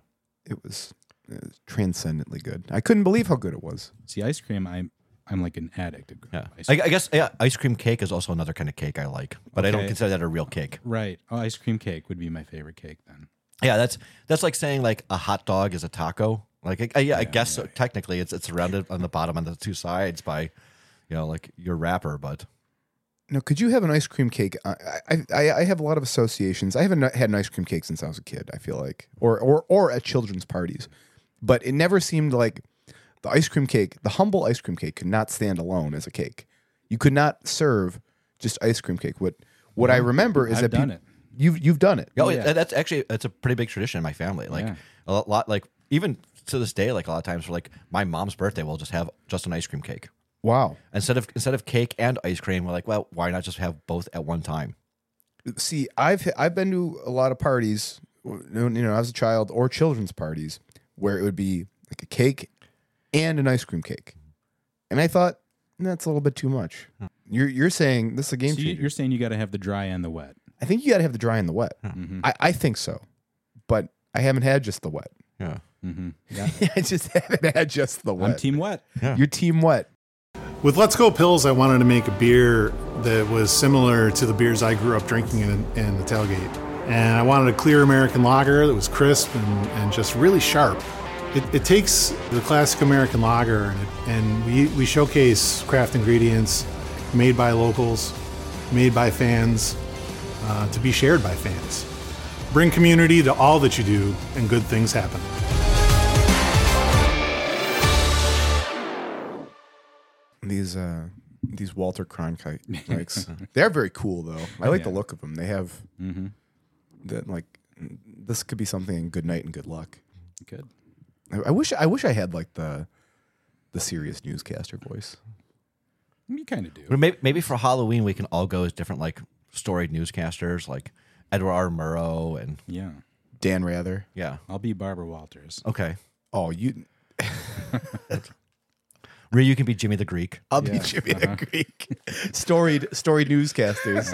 Speaker 3: It was, it was transcendently good. I couldn't believe how good it was.
Speaker 1: See, ice cream, I'm, I'm like an addict. of
Speaker 2: Yeah,
Speaker 1: ice
Speaker 2: I,
Speaker 1: cream.
Speaker 2: I guess yeah. Ice cream cake is also another kind of cake I like, but I don't
Speaker 1: Okay.
Speaker 2: consider that a real cake.
Speaker 1: right. Oh, ice cream cake would be my favorite cake then.
Speaker 2: Yeah, that's that's like saying like a hot dog is a taco. Like I, I, yeah, I guess so. technically it's it's surrounded on the bottom on the two sides by, you know, like your wrapper. But
Speaker 3: Now, could you have an ice cream cake? I, I, I, I have a lot of associations. I haven't had an ice cream cake since I was a kid. I feel like, or or or at children's parties, but it never seemed like the ice cream cake. The humble ice cream cake could not stand alone as a cake. You could not serve just ice cream cake. What what I remember is
Speaker 1: I've
Speaker 3: that
Speaker 1: done
Speaker 3: peop-
Speaker 1: it.
Speaker 3: You've you've done it.
Speaker 2: oh, yeah. that's actually that's a pretty big tradition in my family. Like
Speaker 1: Yeah.
Speaker 2: a lot, lot- like even to this day, like a lot of times for like my mom's birthday, we'll just have just an ice cream cake
Speaker 3: Wow.
Speaker 2: instead of instead of cake and ice cream. We're like, well, why not just have both at one time?
Speaker 3: see i've i've been to a lot of parties you know as a child or children's parties where it would be like a cake and an ice cream cake and i thought that's a little bit too much you're you're saying this is a game
Speaker 1: Hmm. So you,
Speaker 3: changer
Speaker 1: you're Hmm. saying you got to have the dry and the wet.
Speaker 3: i think you got to have the dry and the wet I, I think so but i haven't had just the wet <laughs>
Speaker 2: Yeah.
Speaker 3: i just haven't had just the
Speaker 1: Mm-hmm. I'm
Speaker 3: wet
Speaker 1: team wet.
Speaker 3: your team wet
Speaker 4: With Let's Go Pills, I wanted to make a beer that was similar to the beers I grew up drinking in, in the tailgate. And I wanted a clear American lager that was crisp and, and just really sharp. It, it takes the classic American lager and, it, and we, we showcase craft ingredients made by locals, made by fans, uh, to be shared by fans. Bring community to all that you do, and good things happen.
Speaker 3: these uh these Walter Cronkite mics. They're very cool though. I like the look of them. They have that like this could be something in good night and good luck.
Speaker 1: Good.
Speaker 3: I, I wish I wish I had like the the serious newscaster voice.
Speaker 1: You kind of do.
Speaker 2: But maybe, maybe for Halloween we can all go as different like storied newscasters, like Edward R. Murrow, and
Speaker 1: Yeah.
Speaker 3: Dan Rather.
Speaker 2: yeah.
Speaker 1: I'll be Barbara Walters.
Speaker 2: Okay.
Speaker 3: Oh, you <laughs>
Speaker 2: Ryu you can be Jimmy the Greek.
Speaker 3: I'll be Jimmy the Greek. storied storied newscasters.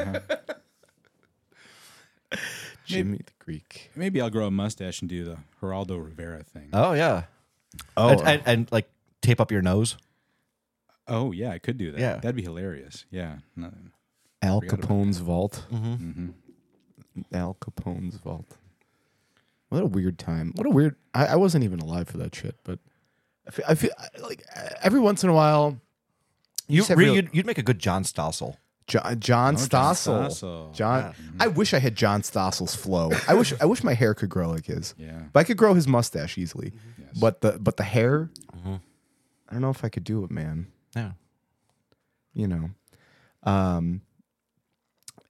Speaker 3: Jimmy the Greek.
Speaker 1: Maybe I'll grow a mustache and do the Geraldo Rivera thing.
Speaker 3: Uh,
Speaker 2: Oh yeah. Oh, and, and, and, like tape up your nose.
Speaker 1: oh yeah, I could do that.
Speaker 2: Yeah.
Speaker 1: That'd be hilarious. Yeah. No,
Speaker 3: Al Capone's vault.
Speaker 1: Mm-hmm.
Speaker 3: Mm-hmm. Al Capone's vault. What a weird time. What a weird. I, I wasn't even alive for that shit, but I feel, I feel I- like uh, every once in a while,
Speaker 2: You,
Speaker 3: just have
Speaker 2: Ryu,
Speaker 3: real-
Speaker 2: you'd, you'd make a good John Stossel.
Speaker 3: John, uh, John
Speaker 1: Oh, John
Speaker 3: Stossel.
Speaker 1: Stossel. mm-hmm.
Speaker 3: John. I wish I had John Stossel's flow. I wish. I wish my hair could grow like his.
Speaker 1: Yeah. Mm-hmm.
Speaker 3: But I could grow his mustache easily. But the but the hair. I don't know if I could do it, man.
Speaker 2: Yeah.
Speaker 3: you know. Um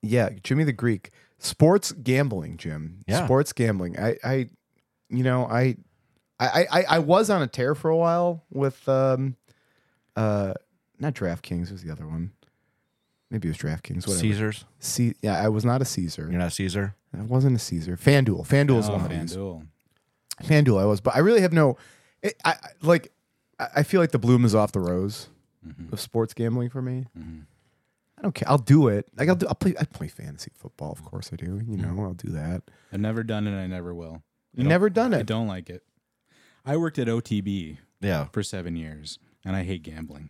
Speaker 3: yeah, Jimmy the Greek. Sports gambling, Jim.
Speaker 2: Yeah.
Speaker 3: Sports gambling. I I you know, I I I, I was on a tear for a while with um uh not DraftKings, it was the other one. Maybe it was DraftKings, whatever.
Speaker 2: Caesars.
Speaker 3: C- yeah, I was not a Caesar.
Speaker 2: You're not Caesar.
Speaker 3: I wasn't a Caesar. FanDuel. FanDuel is
Speaker 1: Oh,
Speaker 3: one of these.
Speaker 1: FanDuel.
Speaker 3: FanDuel I was, but I really have no. It, I I- like. I I feel like the bloom is off the rose
Speaker 1: Mm-hmm.
Speaker 3: of sports gambling for me. I don't care. I'll do it. Like I'll do. I'll play. I play fantasy football,
Speaker 1: Mm.
Speaker 3: of course I do. You know, I'll do that.
Speaker 1: I've never done it. I never will. I
Speaker 3: You
Speaker 1: don't-
Speaker 3: never done
Speaker 1: I
Speaker 3: it.
Speaker 1: don't like it. I worked at OTB
Speaker 2: Yeah.
Speaker 1: for seven years, and I hate gambling.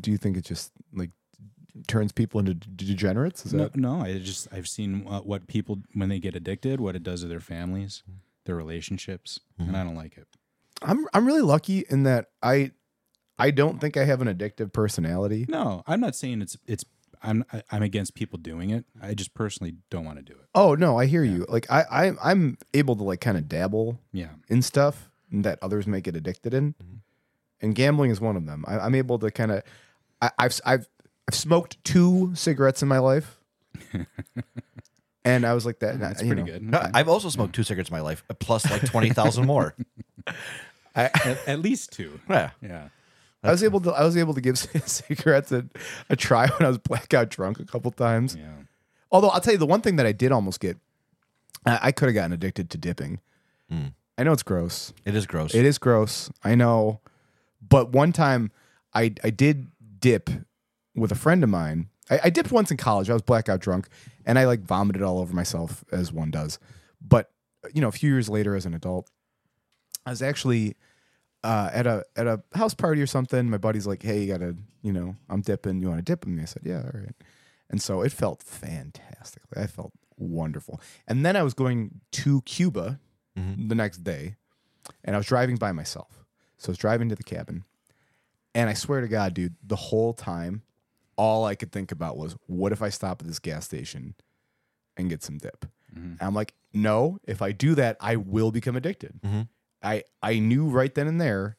Speaker 3: Do you think it just like turns people into d- degenerates? Is
Speaker 1: No,
Speaker 3: that
Speaker 1: no, I just I've seen uh, what people when they get addicted, what it does to their families, their relationships, and
Speaker 3: Mm-hmm.
Speaker 1: I don't like it.
Speaker 3: I'm I'm really lucky in that I I don't think I have an addictive personality.
Speaker 1: No, I'm not saying it's it's I'm I- I'm against people doing it. I just personally don't want to do it.
Speaker 3: Oh no, I hear you. Like I, I I'm able to like kind of dabble
Speaker 1: Yeah,
Speaker 3: in stuff that others may get addicted in,
Speaker 1: Mm-hmm.
Speaker 3: and gambling is one of them. I, I'm able to kind of, I've I've I've smoked two cigarettes in
Speaker 1: <laughs>
Speaker 3: my life, and I was like that.
Speaker 1: that's
Speaker 3: you
Speaker 1: pretty
Speaker 3: know,
Speaker 1: good.
Speaker 2: No, I've also smoked two cigarettes in my life, plus like 20,000
Speaker 3: <laughs>
Speaker 2: more.
Speaker 1: at, at least two.
Speaker 2: Yeah.
Speaker 1: Yeah,
Speaker 3: I was able to I was able to give <laughs> cigarettes a, a try when I was blackout drunk a couple times.
Speaker 1: yeah.
Speaker 3: Although I'll tell you the one thing that I did almost get, I, I could have gotten addicted to dipping.
Speaker 1: Mm.
Speaker 3: I know it's gross.
Speaker 2: It is gross.
Speaker 3: It is gross. I know. But one time I I did dip with a friend of mine. I, I dipped once in college. I was blackout drunk and I like vomited all over myself as one does. But you know, a few years later as an adult, I was actually uh, at a at a house party or something. My buddy's like, "Hey, you gotta, you know, I'm dipping. You want to dip with me?" I said, "Yeah, all right." And so it felt fantastic. I felt wonderful. And then I was going to Cuba the next day, and I was driving by myself. So I was driving to the cabin, and I swear to God, dude, the whole time, all I could think about was, "What if I stop at this gas station and get some dip?" And I'm like, "No, if I do that, I will become addicted." I I knew right then and there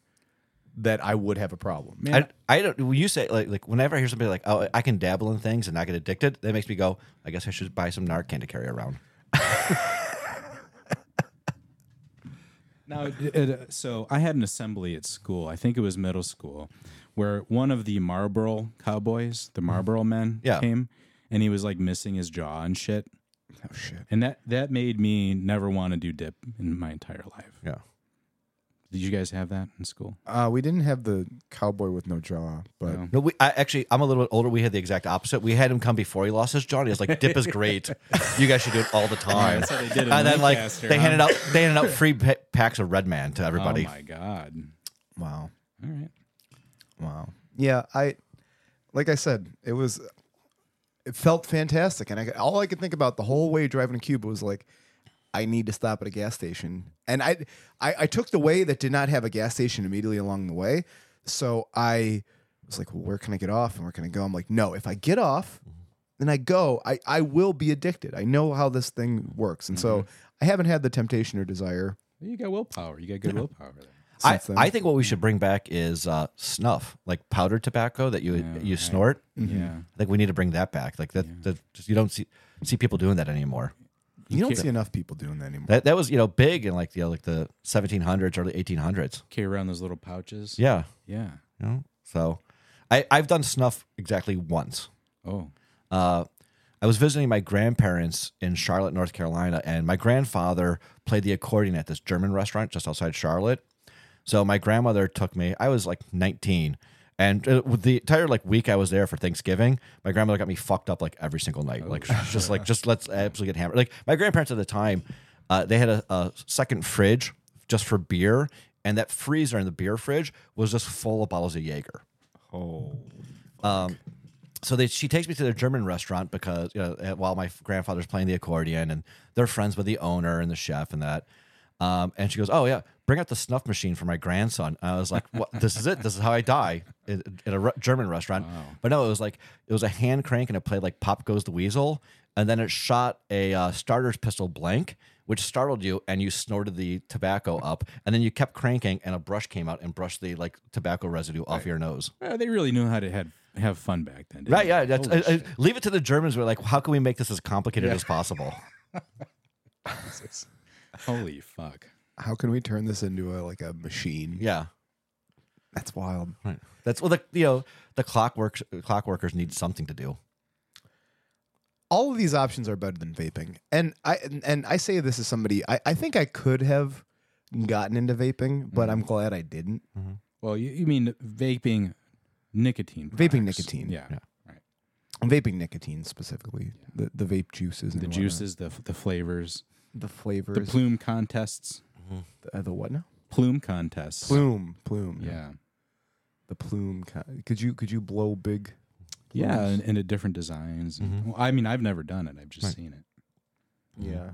Speaker 3: that I would have a problem.
Speaker 2: I, I don't. When you say like like whenever I hear somebody like, oh, I can dabble in things and not get addicted, that makes me go. I guess I should buy some Narcan to carry around.
Speaker 1: Now, it, it, uh, so I had an assembly at school. I think it was middle school, where one of the Marlboro Cowboys, the Marlboro Men,
Speaker 2: Yeah.
Speaker 1: came, and he was like missing his jaw and shit,
Speaker 3: Oh shit!
Speaker 1: and that that made me never want to do dip in my entire life.
Speaker 2: Yeah.
Speaker 1: Did you guys have that in school?
Speaker 3: Uh, we didn't have the cowboy with no jaw, but
Speaker 1: No.
Speaker 2: No, we I, actually I'm a little bit older. We had the exact opposite. We had him come before he lost his jaw. and He was like, "Dip is great. You guys should do it all the
Speaker 1: <laughs>
Speaker 2: time."
Speaker 1: That's how they did it in
Speaker 2: and then like
Speaker 1: Lancaster,
Speaker 2: they
Speaker 1: huh?
Speaker 2: handed out they handed out free pa- packs of Red Man to everybody.
Speaker 1: Oh my god!
Speaker 3: wow,
Speaker 1: All right.
Speaker 3: wow, yeah. I like I said, it was it felt fantastic, and I could- all I could think about the whole way driving to Cuba was like, I need to stop at a gas station, and I I, I took the way that did not have a gas station immediately along the way, so I was like, well, where can I get off and where can I go? I'm like, no, if I get off. and I go, I, I will be addicted. I know how this thing works. And
Speaker 2: Mm-hmm.
Speaker 3: so I haven't had the temptation or desire.
Speaker 1: You got willpower. You got good willpower there.
Speaker 2: I,
Speaker 3: since then.
Speaker 2: I think what we should bring back is uh, snuff, like powdered tobacco that you you snort.
Speaker 1: Yeah.
Speaker 2: I think we need to bring that back. Like that, that just, you don't see see people doing that anymore.
Speaker 3: You don't see enough people doing that anymore.
Speaker 2: That that was you know big in like you know like the 1700s, early 1800s.
Speaker 1: Carry around those little pouches.
Speaker 2: Yeah,
Speaker 1: Yeah.
Speaker 2: you know. So, I I've done snuff exactly once.
Speaker 1: Oh.
Speaker 2: Uh, I was visiting my grandparents in Charlotte, North Carolina, and my grandfather played the accordion at this German restaurant just outside Charlotte. So my grandmother took me. I was like 19, and uh, with the entire like week I was there for Thanksgiving, my grandmother got me fucked up like every single night. Like she's just like just let's absolutely get hammered. Like my grandparents at the time, uh, they had a, a second fridge just for beer, and that freezer in the beer fridge was just full of bottles of Jaeger so they, she takes me to their German restaurant because you know, uh, while my grandfather's playing the accordion and they're friends with the owner and the chef and that. Um, and she goes, "Oh yeah, bring out the snuff machine for my grandson." And I was like, "What? <laughs> This is it. This is how I die in, in a re- German restaurant." But no, it was like it was a hand crank and it played like "Pop Goes the Weasel," and then it shot a uh, starter's pistol blank, which startled you, and you snorted the tobacco up, and then you kept cranking, and a brush came out and brushed the like tobacco residue off your nose.
Speaker 1: Well, they really knew how to had, have fun back then. didn't
Speaker 2: Right,
Speaker 1: they?
Speaker 2: yeah. That's,
Speaker 1: Holy
Speaker 2: uh, uh, leave it to the Germans. We're like, how can we make this as complicated as possible?
Speaker 1: Holy fuck.
Speaker 3: How can we turn this into a like a machine?
Speaker 2: <laughs> Yeah,
Speaker 3: That's wild.
Speaker 2: right. That's well, the you know the clockwork clockworkers need something to do.
Speaker 3: All of these options are better than vaping. And I and, and I say this as somebody I, I think I could have gotten into vaping, but
Speaker 1: Mm-hmm.
Speaker 3: I'm glad I didn't.
Speaker 1: Well, you, you mean vaping nicotine.
Speaker 3: Vaping
Speaker 1: products.
Speaker 3: nicotine.
Speaker 1: Yeah.
Speaker 2: Yeah.
Speaker 1: Right.
Speaker 3: Vaping nicotine specifically. The the vape juices and
Speaker 1: Mm-hmm. The
Speaker 3: whatnot.
Speaker 1: juices, the the flavors,
Speaker 3: the
Speaker 1: the
Speaker 3: flavors, the,
Speaker 1: plume contests.
Speaker 3: uh, the what now?
Speaker 1: plume contests.
Speaker 3: Plume, plume.
Speaker 1: Yeah.
Speaker 3: the plume. Kind could you could you blow big?
Speaker 1: Yeah, and, and at different designs. Well, I mean, I've never done it. I've just seen it. Mm-hmm. <laughs>
Speaker 3: Yeah.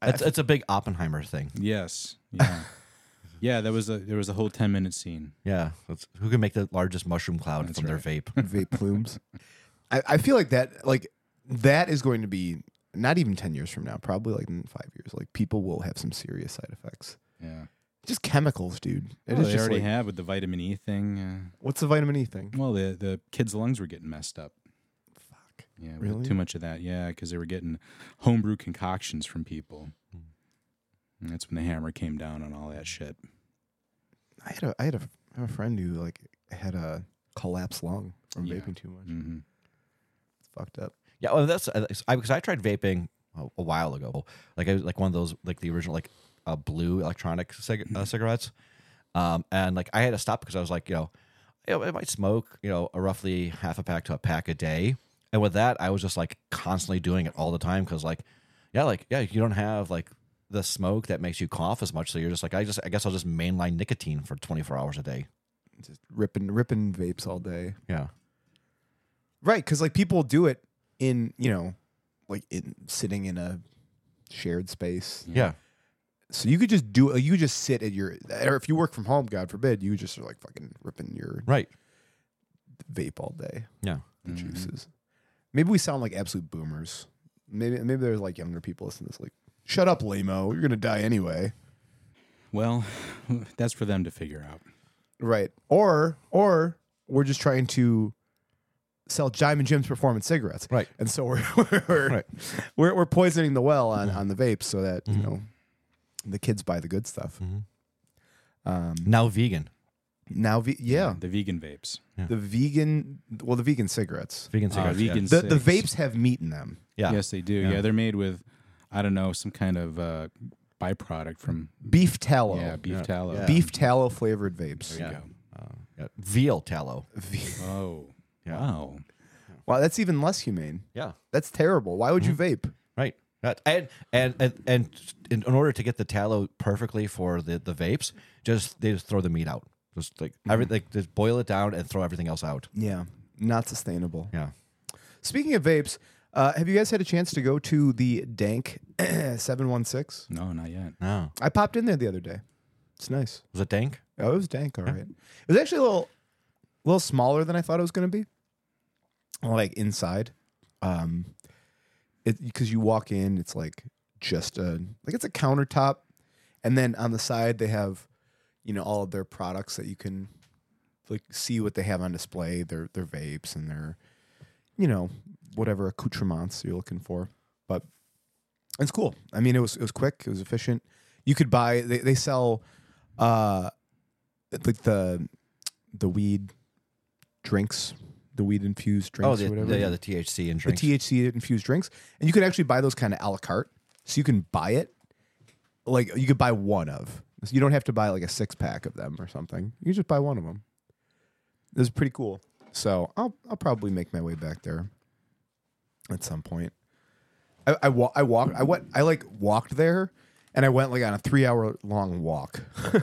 Speaker 2: It's, it's a big Oppenheimer thing.
Speaker 1: Yes. Yeah. <laughs> yeah. There was a there was a whole ten minute scene.
Speaker 2: Yeah, that's, who can make the largest mushroom cloud from their vape?
Speaker 3: vape plumes. I, I feel like that like that is going to be not even ten years from now, probably like in five years. Like people will have some serious side effects.
Speaker 1: Yeah.
Speaker 3: Just chemicals, dude. It
Speaker 1: Well,
Speaker 3: is
Speaker 1: Oh, they
Speaker 3: just
Speaker 1: already
Speaker 3: like,
Speaker 1: have with the vitamin E thing.
Speaker 3: what's the vitamin E thing?
Speaker 1: Uh, well, the the kids' lungs were getting messed up.
Speaker 3: Fuck.
Speaker 1: Yeah, with
Speaker 3: Really?
Speaker 1: too much of that. Yeah, because they were getting homebrew concoctions from people.
Speaker 3: Hmm.
Speaker 1: And that's when the hammer came down on all that shit.
Speaker 3: I had a I had a, I have a friend who like had a collapsed lung from
Speaker 1: Yeah.
Speaker 3: vaping too much.
Speaker 1: hmm
Speaker 3: It's fucked up.
Speaker 2: Yeah, well, that's I because I tried vaping a, a while ago. Like I was like one of those like the original like uh, blue electronic cig- uh, cigarettes, um, and like I had to stop because I was like you know, you know, I might smoke you know a roughly half a pack to a pack a day, and with that I was just like constantly doing it all the time because like yeah like yeah you don't have like the smoke that makes you cough as much so you're just like I just I guess I'll just mainline nicotine for 24 hours a day.
Speaker 3: Just ripping ripping vapes all day.
Speaker 2: Yeah.
Speaker 3: Right, because like people do it in you know, like in sitting in a shared space.
Speaker 2: Yeah.
Speaker 3: So you could just do you could just sit at your or if you work from home, God forbid, you just are like fucking ripping your
Speaker 2: Right.
Speaker 3: vape all day.
Speaker 2: Yeah.
Speaker 3: The juices. Maybe we sound like absolute boomers. Maybe maybe there's like younger people listening to this like, shut up, Lamo, you're gonna die anyway.
Speaker 1: Well, <sighs> that's for them to figure out.
Speaker 3: Right. Or or we're just trying to sell Jim and Jim's performance cigarettes.
Speaker 2: Right.
Speaker 3: And so we're <laughs> we're,
Speaker 2: Right.
Speaker 3: we're we're poisoning the well on, on the vapes so that, you know, the kids buy the good stuff. Um
Speaker 2: Now vegan.
Speaker 3: now ve- yeah,
Speaker 1: The vegan vapes.
Speaker 3: the vegan well the vegan cigarettes.
Speaker 2: Vegan
Speaker 1: Uh,
Speaker 2: cigarettes. yeah.
Speaker 1: vegan
Speaker 3: Oh, The the
Speaker 1: cigs.
Speaker 3: vapes have meat in them.
Speaker 2: Yeah.
Speaker 1: Yes, they do. Yeah. they're made with, I don't know, some kind of uh, byproduct from
Speaker 3: Beef tallow.
Speaker 1: yeah beef tallow.
Speaker 3: Beef tallow flavored vapes.
Speaker 2: Yeah. Uh,
Speaker 3: Um,
Speaker 2: yeah. Veal tallow.
Speaker 1: Oh,
Speaker 2: Yeah.
Speaker 1: wow.
Speaker 3: Wow, that's even less humane.
Speaker 2: Yeah.
Speaker 3: That's terrible. Why would you vape?
Speaker 2: Right. That- And, and and and in in order to get the tallow perfectly for the, the vapes, just they just throw the meat out. Just like
Speaker 3: Mm-hmm.
Speaker 2: everything, just boil it down and throw everything else out.
Speaker 3: Yeah, not sustainable.
Speaker 2: Yeah.
Speaker 3: Speaking of vapes, uh, have you guys had a chance to go to the Dank <clears throat> 716?
Speaker 1: No, not yet.
Speaker 2: No.
Speaker 3: I popped in there the other day. It's nice.
Speaker 2: Was it dank?
Speaker 3: Oh, it was dank, all right. It was actually a little, little smaller than I thought it was going to be. Like inside, um, it because you walk in, it's like just a like it's a countertop, and then on the side they have, you know, all of their products that you can, like, see what they have on display. Their their vapes and their, you know, whatever accoutrements you're looking for. But it's cool. I mean, it was it was quick. It was efficient. You could buy. They they sell. Uh, like the the weed drinks, the weed infused
Speaker 2: Oh,
Speaker 3: drinks
Speaker 2: the,
Speaker 3: or whatever.
Speaker 2: the, yeah, the THC and
Speaker 3: the
Speaker 2: drinks.
Speaker 3: THC infused drinks, and you can actually buy those kind of a la carte. So you can buy it, like you could buy one of. So you don't have to buy like a six pack of them or something. You can just buy one of them. This is pretty cool. So I'll I'll probably make my way back there at some point. I I, wa- I walked I went I like walked there, and I went like on a three hour long walk. <laughs>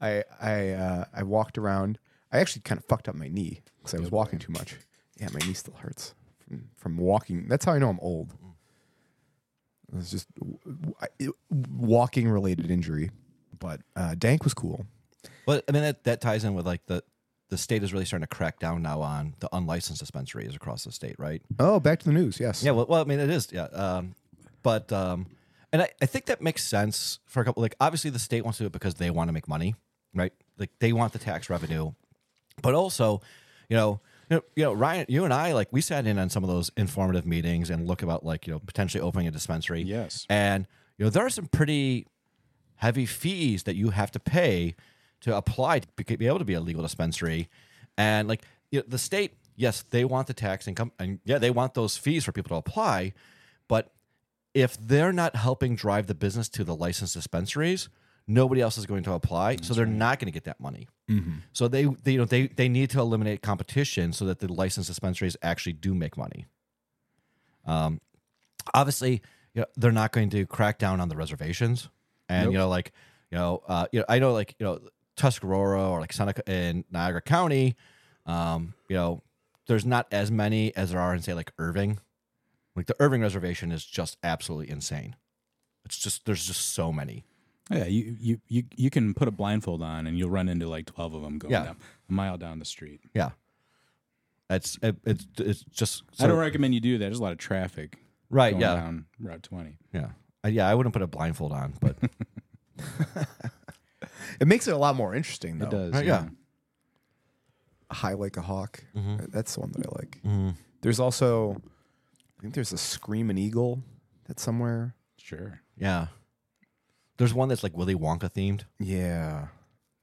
Speaker 3: I I uh, I walked around. I actually kind of fucked up my knee because
Speaker 1: Oh,
Speaker 3: I was walking too much. Yeah, my knee still hurts from, from walking. That's how I know I'm old. It's just w- w- I- it- walking related injury, but uh, Dank was cool.
Speaker 2: Well, I mean that, that ties in with like the the state is really starting to crack down now on the unlicensed dispensaries across the state, right?
Speaker 3: Oh, back to the news. Yes.
Speaker 2: Yeah, well, well, I mean, it is. Yeah, um, but um, and I, I think that makes sense for a couple. Like, obviously, the state wants to do it because they want to make money, right? Like, they want the tax revenue, but also, you know, you know, you know, Ryan, you and I, like, we sat in on some of those informative meetings and look about like you know potentially opening a dispensary.
Speaker 1: Yes.
Speaker 2: and you know there are some pretty heavy fees that you have to pay to apply to be- be able to be a legal dispensary. And like you know, the state, yes, they want the tax income, and yeah, they want those fees for people to apply. But if they're not helping drive the business to the licensed dispensaries, nobody else is going to apply, so they're not going to get that money. So they, they, you know, they they need to eliminate competition so that the licensed dispensaries actually do make money Um, obviously you know, they're not going to crack down on the reservations and you know like You know, uh, you know, I know like you know Tuscarora or like Seneca in Niagara County. Um, you know, there's not as many as there are in say like Irving. Like the Irving Reservation is just absolutely insane. It's just there's just so many.
Speaker 1: Yeah, you, you you you can put a blindfold on and you'll run into like twelve of them going
Speaker 2: Yeah.
Speaker 1: up a mile down the street.
Speaker 2: Yeah, it's it, it's it's just
Speaker 1: I don't recommend you do that. There's a lot of traffic
Speaker 2: right.
Speaker 1: going
Speaker 2: yeah,
Speaker 1: down Route 20.
Speaker 2: yeah, Uh, yeah. I wouldn't put a blindfold on,
Speaker 1: <laughs>
Speaker 2: but
Speaker 3: It makes it a lot more interesting though.
Speaker 1: It does.
Speaker 2: Uh, yeah.
Speaker 3: High Like a Hawk. That's the one that I like. There's also, I think there's a Screaming Eagle that's somewhere.
Speaker 1: sure.
Speaker 2: yeah. There's one that's like Willy Wonka themed.
Speaker 3: Yeah.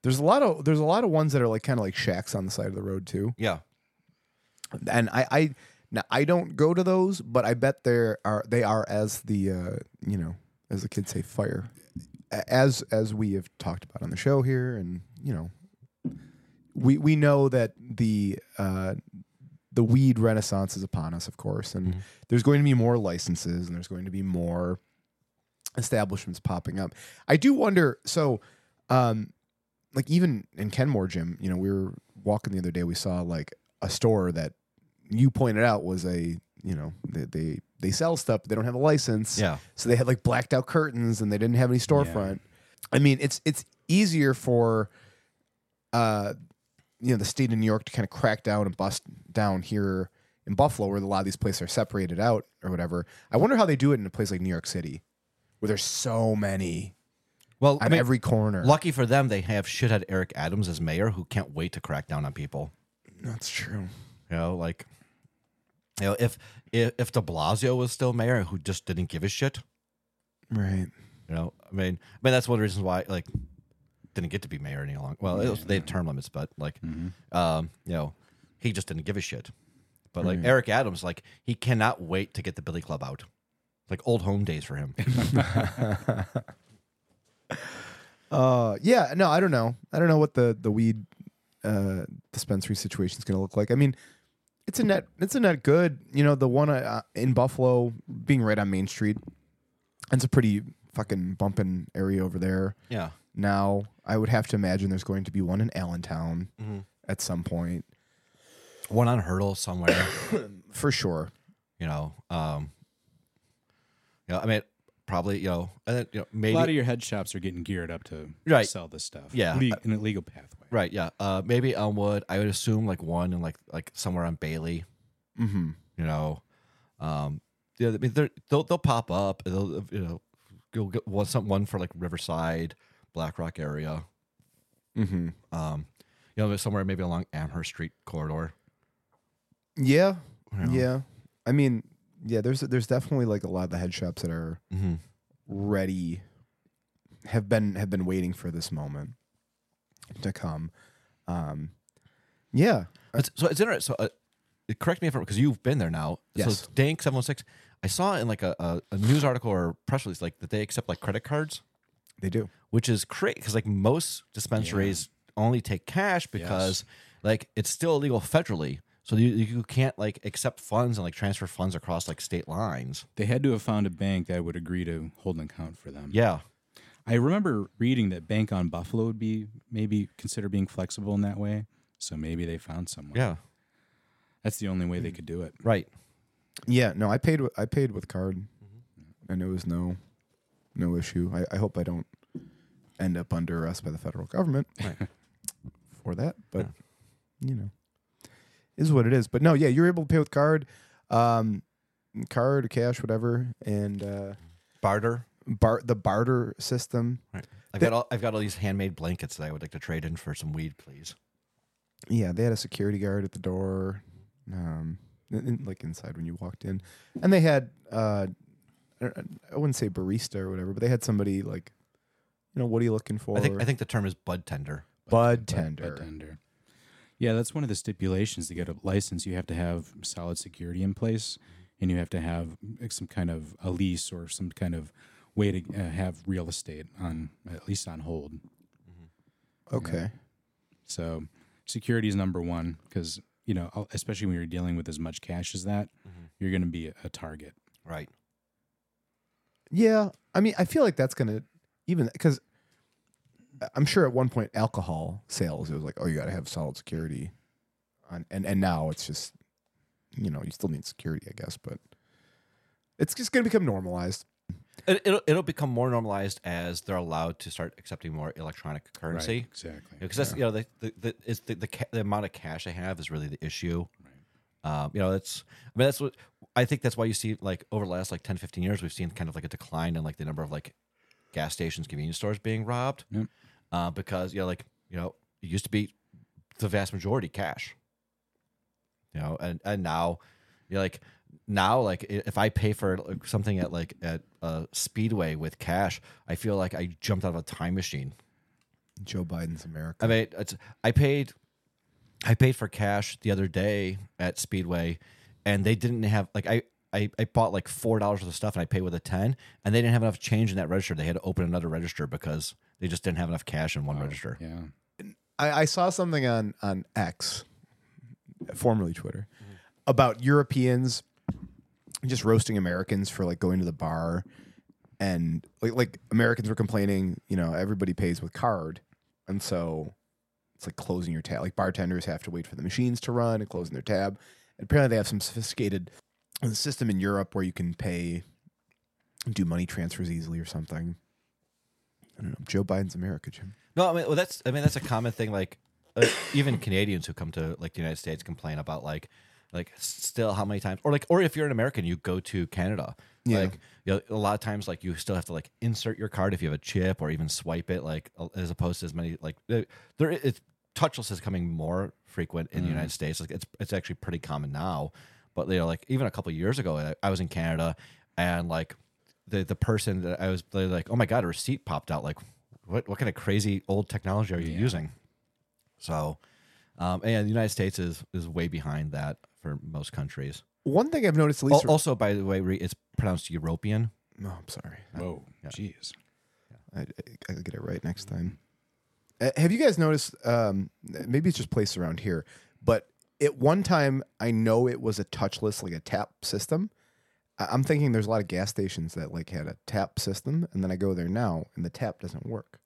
Speaker 3: There's a lot of there's a lot of ones that are like kind of like shacks on the side of the road too.
Speaker 2: Yeah,
Speaker 3: And I I now I don't go to those, but I bet there are they are as the uh, you know as the kids say fire, A- as as we have talked about on the show here, and you know we we know that the uh, the weed renaissance is upon us, of course, and there's going to be more licenses and there's going to be more establishments popping up. I do wonder. So, um, like even in Kenmore Gym, you know, we were walking the other day. We saw like a store that you pointed out was a you know they they, they sell stuff, but they don't have a license.
Speaker 2: Yeah.
Speaker 3: So they had like blacked out curtains and they didn't have any storefront. I mean, it's it's easier for uh, you know, the state of New York to kind of crack down and bust down here in Buffalo, where a lot of these places are separated out or whatever. I wonder how they do it in a place like New York City, where there's so many
Speaker 2: Well,
Speaker 3: on
Speaker 2: I mean,
Speaker 3: every corner.
Speaker 2: lucky for them, they have shithead Eric Adams as mayor, who can't wait to crack down on people.
Speaker 3: That's true.
Speaker 2: You know, like, you know, if if, if De Blasio was still mayor, who just didn't give a shit.
Speaker 3: Right.
Speaker 2: You know, I mean, I mean that's one of the reasons why like didn't get to be mayor any longer. Well, it was, they had term limits, but like, um, you know, he just didn't give a shit. But like Eric Adams, like he cannot wait to get the Billy Club out. Like old home days for him.
Speaker 3: Uh, yeah. No, I don't know. I don't know what the the weed uh, dispensary situation is going to look like. I mean, it's a net. It's a net good. You know, the one uh, in Buffalo, being right on Main Street, it's a pretty fucking bumping area over there.
Speaker 2: yeah,
Speaker 3: now. I would have to imagine there's going to be one in Allentown at some point
Speaker 2: one on hurdle somewhere. <coughs>
Speaker 3: for sure.
Speaker 2: you know, um, you know, I mean, probably you know, and then, you know, maybe
Speaker 1: A lot of your head shops are getting geared up to
Speaker 2: Right.
Speaker 1: sell this stuff.
Speaker 2: Yeah.
Speaker 1: Le- in a legal pathway.
Speaker 2: right, yeah, uh, maybe Elmwood. I would assume like one and like like somewhere on Bailey.
Speaker 3: Mm-hmm.
Speaker 2: you know um yeah i mean they're, they'll they'll pop up and they'll you know you'll get one some one for like riverside black rock area
Speaker 3: Mm-hmm.
Speaker 2: um you know somewhere maybe along amherst street corridor
Speaker 3: Yeah,
Speaker 2: you know?
Speaker 3: yeah. I mean, yeah. There's there's definitely like a lot of the head shops that are
Speaker 2: Mhm.
Speaker 3: ready, have been have been waiting for this moment to come. Um, yeah.
Speaker 2: It's- so it's interesting so uh, correct me if i'm because you've been there now
Speaker 3: Yes.
Speaker 2: so dank 716 i saw in like a, a, a news article or press release like that they accept like credit cards
Speaker 3: They do.
Speaker 2: which is great because like most dispensaries only take cash because like it's still illegal federally so you, you can't like accept funds and like transfer funds across like state lines
Speaker 1: They had to have found a bank that would agree to hold an account for them.
Speaker 2: yeah
Speaker 1: I remember reading that Bank on Buffalo would be maybe consider being flexible in that way. So maybe they found someone.
Speaker 2: yeah Mm.
Speaker 1: That's the only way they could do it.
Speaker 2: right
Speaker 3: Yeah. No, I paid. wi- I paid with card, and it was no, no issue. I, I hope I don't end up under arrest by the federal government
Speaker 2: Right.
Speaker 3: for that. But you know, is what it is. But no, yeah, you're able to pay with card, um, card or cash, whatever, and uh,
Speaker 2: <laughs> barter
Speaker 3: bar the barter system.
Speaker 2: right i've got all i've got all these handmade blankets that i would like to trade in for some weed please
Speaker 3: Yeah, they had a security guard at the door, um, in- in- like inside when you walked in, and they had uh, I don't- I wouldn't say barista or whatever, but they had somebody like, you know, what are you looking for?
Speaker 2: i think i think the term is bud tender
Speaker 3: bud
Speaker 1: But-
Speaker 3: tender.
Speaker 1: but tender. Yeah, that's one of the stipulations to get a license. You have to have solid security in place, and you have to have like, some kind of a lease or some kind of way to uh, have real estate on at least on hold.
Speaker 3: Okay.
Speaker 1: So security is number one because you know, I'll- especially when you're dealing with as much cash as that, you're going to be a, a target.
Speaker 2: right
Speaker 3: Yeah, I mean, I feel like that's gonna even because I'm sure at one point alcohol sales it was like, oh, you got to have solid security, on, and and now it's just, you know, you still need security, I guess, but it's just going to become normalized.
Speaker 2: It, it'll it'll become more normalized as they're allowed to start accepting more electronic currency.
Speaker 1: exactly.
Speaker 2: because that's you know the the the, it's the, the, ca- the amount of cash I have is really the issue. Um, you know, that's I mean that's what I think that's why you see like over the last like 10, 15 years we've seen kind of like a decline in like the number of like gas stations, convenience stores being robbed.
Speaker 1: Yep.
Speaker 2: Uh, because you know, like you know, it used to be the vast majority cash. You know, and and now you're like now like i- if I pay for like, something at like at a speedway with cash, I feel like I jumped out of a time machine.
Speaker 3: Joe Biden's America.
Speaker 2: I mean, it's, I paid, I paid for cash the other day at Speedway, and they didn't have like I. I, I bought like four dollars worth of stuff and I paid with a ten and they didn't have enough change in that register. They had to open another register because they just didn't have enough cash in one register.
Speaker 1: Yeah.
Speaker 3: I, I saw something on on X, formerly Twitter, about Europeans just roasting Americans for like going to the bar, and like like Americans were complaining, you know, everybody pays with card, and so it's like closing your tab. Like bartenders have to wait for the machines to run and closing their tab. And apparently, they have some sophisticated system in Europe where you can pay, do money transfers easily or something. I don't know. Joe Biden's America, Jim.
Speaker 2: No, I mean well that's I mean that's a common thing. Like uh, even Canadians who come to like the United States complain about like like s- still how many times or like or if you're an American you go to Canada.
Speaker 3: Yeah.
Speaker 2: Like you know, a lot of times like you still have to like insert your card if you have a chip or even swipe it like a- as opposed to as many like uh, there it's touchless is coming more frequent in the United States. Like it's it's actually pretty common now. But you know, like even a couple of years ago, I- I was in Canada and like the the person that I was they're like, oh my god, a receipt popped out. Like, what what kind of crazy old technology are you using? So, um, and the United States is is way behind that for most countries.
Speaker 3: One thing I've noticed, at
Speaker 2: Al-
Speaker 3: least
Speaker 2: Also, by the way, re- it's pronounced European.
Speaker 3: No, I'm sorry.
Speaker 1: Whoa. Jeez.
Speaker 3: I, I, I'll get it right next time. Uh, have you guys noticed? Um, maybe it's just placed around here, but at one time, I know it was a touchless, like a tap system. I- I'm thinking there's a lot of gas stations that like had a tap system, and then I go there now, and the tap doesn't work.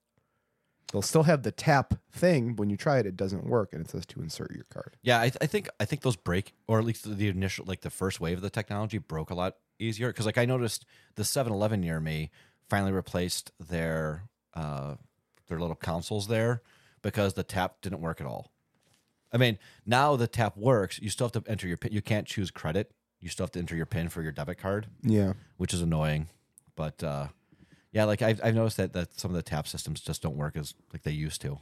Speaker 3: They'll still have the tap thing. When you try it, it doesn't work, and it says to insert your card.
Speaker 2: Yeah, I, th- I think I think those break, or at least the, the initial, like the first wave of the technology broke a lot easier. Because like I noticed the 7-Eleven near me finally replaced their uh, their little consoles there because the tap didn't work at all. I mean, now the tap works. You still have to enter your pin. You can't choose credit. You still have to enter your pin for your debit card
Speaker 3: Yeah.
Speaker 2: which is annoying. But uh, yeah, like I've, I've noticed that, that some of the tap systems just don't work as like they used to.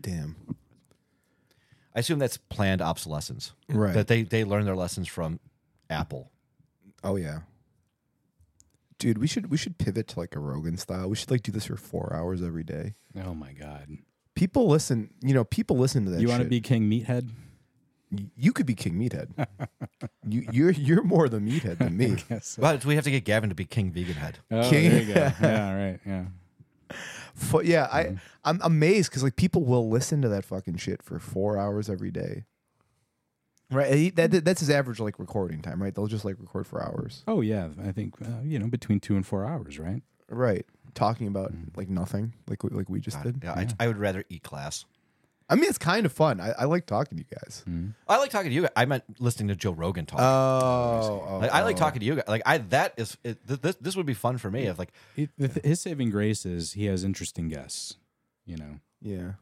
Speaker 3: Damn.
Speaker 2: I assume that's planned obsolescence.
Speaker 3: Right.
Speaker 2: That they they learn their lessons from Apple.
Speaker 3: Oh yeah. Dude, we should we should pivot to like a Rogan style. We should like do this for four hours every day.
Speaker 1: Oh my God.
Speaker 3: People listen, you know, people listen to that.
Speaker 1: you want to
Speaker 3: shit.
Speaker 1: be King Meathead?
Speaker 3: You could be King Meathead. you, you're you're more the
Speaker 1: <laughs>
Speaker 3: meathead than me.
Speaker 1: Yes.
Speaker 2: Well, we have to get Gavin to be King Vegan Head.
Speaker 1: Oh,
Speaker 3: King-
Speaker 1: there you go.
Speaker 3: <laughs>
Speaker 1: yeah. Right. Yeah.
Speaker 3: Fu- yeah,
Speaker 1: Mm-hmm.
Speaker 3: I I'm amazed because like people will listen to that fucking shit for four hours every day. Right, he- that, that- that's his average like recording time. Right, they'll just like record for hours.
Speaker 1: Oh yeah. I think uh, you know between two and four hours, right?
Speaker 3: Right, talking about
Speaker 1: Mm-hmm.
Speaker 3: like nothing, like we, like we just did.
Speaker 2: Yeah, I, I would rather eat class.
Speaker 3: I mean, it's kind of fun. I, I like talking to you guys.
Speaker 1: Mm-hmm.
Speaker 2: I like talking to you. I meant listening to Joe Rogan talk.
Speaker 3: Oh,
Speaker 2: like, I like talking to you guys. Like I that is it, th- this this would be fun for me if like
Speaker 1: It, the th- His saving grace is he has interesting guests, you know.
Speaker 3: Yeah.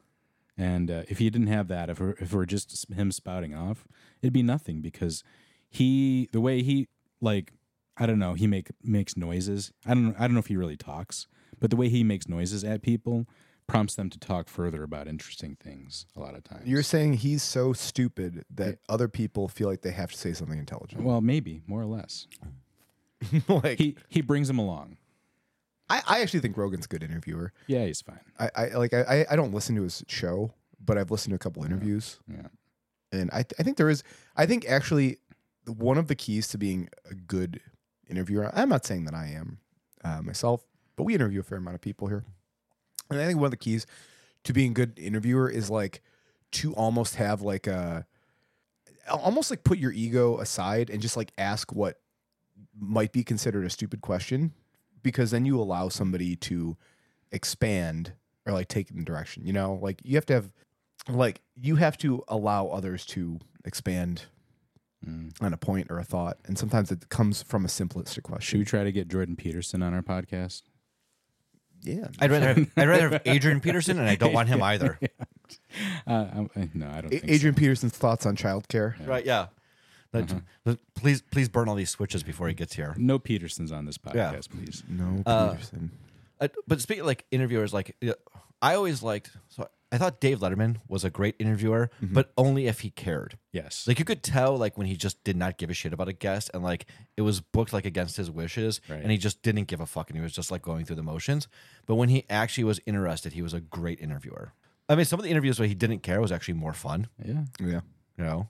Speaker 1: And uh, if he didn't have that, if we're, if we're just s- him spouting off, it'd be nothing because he the way he like I don't know he make makes noises. I don't I don't know if he really talks, but the way he makes noises at people prompts them to talk further about interesting things a lot of times.
Speaker 3: You're saying he's so stupid that other people feel like they have to say something intelligent.
Speaker 1: well, maybe more or less.
Speaker 3: <laughs> like
Speaker 1: He he brings them along.
Speaker 3: I, I actually think Rogan's a good interviewer.
Speaker 1: Yeah, he's fine.
Speaker 3: I, I like I, I- I don't listen to his show, but I've listened to a couple interviews,
Speaker 1: Yeah.
Speaker 3: and I th- I think there is I think actually the- one of the keys to being a good interviewer. I'm not saying that I am uh, myself, but we interview a fair amount of people here, and I think one of the keys to being a good interviewer is like to almost have like a almost like put your ego aside and just like ask what might be considered a stupid question because then you allow somebody to expand or like take it in direction. You know, like you have to have like you have to allow others to expand on a point or a thought, and sometimes it comes from a simplistic
Speaker 1: Should
Speaker 3: question.
Speaker 1: we try to get Jordan Peterson on our podcast?
Speaker 3: Yeah,
Speaker 2: I'd rather have, I'd rather have Adrian Peterson, and I don't
Speaker 3: <laughs>
Speaker 2: want him either.
Speaker 1: Uh, I'm- I, no, I don't.
Speaker 3: A-
Speaker 1: think so.
Speaker 3: Adrian Peterson's thoughts on childcare.
Speaker 2: Right? Yeah. But-
Speaker 3: Mm-hmm.
Speaker 2: but Please, please burn all these switches before he gets here.
Speaker 1: No Petersons on this podcast,
Speaker 2: Yeah.
Speaker 1: please.
Speaker 2: Oh,
Speaker 3: No, Peterson.
Speaker 2: Uh, but speaking of, like interviewers, like yeah, I always liked. So I thought Dave Letterman was a great interviewer,
Speaker 3: Mm-hmm.
Speaker 2: but only if he cared.
Speaker 1: Yes.
Speaker 2: Like you could tell, like when he just did not give a shit about a guest, and like it was booked like against his wishes,
Speaker 1: Right.
Speaker 2: and he just didn't give a fuck, and he was just like going through the motions. But when he actually was interested, he was a great interviewer. I mean, some of the interviews where he didn't care was actually more fun.
Speaker 1: yeah.
Speaker 3: yeah,
Speaker 2: You know,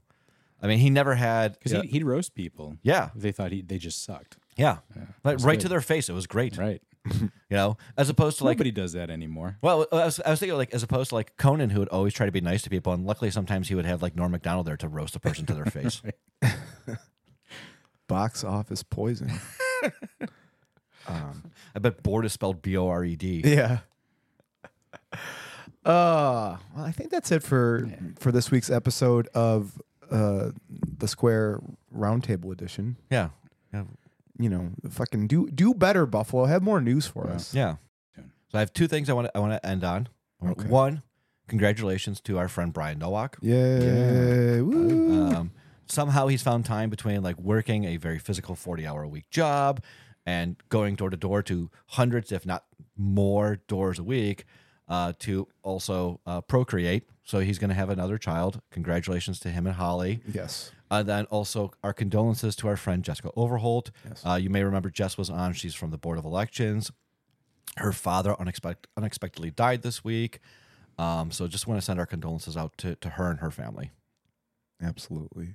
Speaker 2: I mean, he never had.
Speaker 1: Because
Speaker 2: yeah,
Speaker 1: he'd, he'd roast people.
Speaker 2: Yeah.
Speaker 1: if They thought he, they just sucked.
Speaker 2: yeah, Like, right to
Speaker 1: good.
Speaker 2: their face, it was great.
Speaker 1: Right.
Speaker 2: You know, as opposed to like
Speaker 1: Nobody does that anymore.
Speaker 2: Well, I was, I was thinking like as opposed to like Conan, who would always try to be nice to people, and luckily sometimes he would have like Norm Macdonald there to roast a person
Speaker 1: <laughs>
Speaker 2: to their face.
Speaker 3: box office poison.
Speaker 2: Um, I bet bored is spelled B O R E D.
Speaker 3: <laughs> yeah. Uh, well, I think that's it for for this week's episode of uh, the Square Roundtable edition.
Speaker 2: Yeah, yeah,
Speaker 3: You know, fucking do do better, Buffalo. Have more news for us.
Speaker 2: yeah. So I have two things I want to I want to end on.
Speaker 3: Okay.
Speaker 2: One, congratulations to our friend Brian Nowak.
Speaker 3: Yay! Woo.
Speaker 2: Um, somehow he's found time between like working a very physical 40 hour a week job and going door to door to hundreds, if not more, doors a week uh, to also uh, procreate. So he's going to have another child. Congratulations to him and Holly.
Speaker 3: yes.
Speaker 2: Uh, then also our condolences to our friend Jessica Overholt. Uh, you may remember Jess was on. She's from the Board of Elections. Her father unexpect- unexpectedly died this week. Um, so just want to send our condolences out to, to her and her family.
Speaker 3: Absolutely.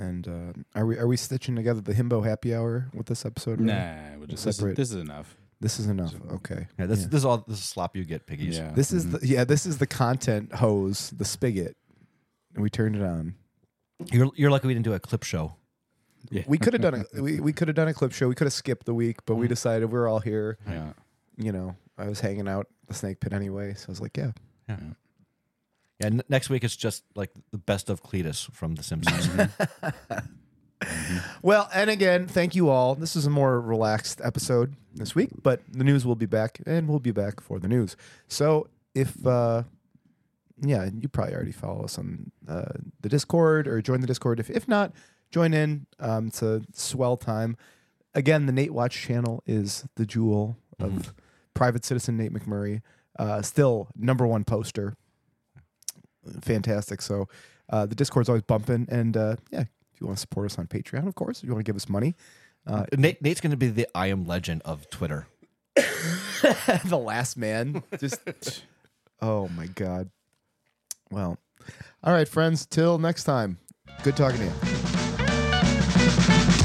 Speaker 3: And uh, are we are we stitching together the himbo happy hour with this episode? really?
Speaker 1: Nah, we'll just, this, is,
Speaker 3: Separate.
Speaker 1: this is enough.
Speaker 3: This is enough. Okay.
Speaker 2: Yeah, this this is all this is slop you get, piggies.
Speaker 1: Yeah.
Speaker 3: This is the yeah, this is the content hose, the spigot. And we turned it on.
Speaker 2: You're you're lucky we didn't do a clip show.
Speaker 3: We could have done a we, we could have done a clip show. We could have skipped the week, but we decided we were all here.
Speaker 1: <laughs> yeah.
Speaker 3: You know, I was hanging out at the snake pit anyway, so I was like, yeah.
Speaker 2: Yeah, n- next week it's just like the best of Cletus from The Simpsons.
Speaker 3: Well, and again, thank you all. This is a more relaxed episode this week, but the news will be back, and we'll be back for the news. So if, uh, yeah, you probably already follow us on uh, the Discord or join the Discord. If, if not, join in. Um, it's a swell time. Again, the Nate Watch channel is the jewel of private citizen Nate McMurray. Uh, still number one poster. Fantastic. So uh, the Discord's always bumping. And uh, yeah, if you want to support us on Patreon, of course, if you want to give us money,
Speaker 2: Nate, Nate's going to be the I am legend of Twitter.
Speaker 3: <laughs> the last man. Just <laughs> oh my god. Well, all right, friends. Till next time. Good talking to you.
Speaker 5: Thank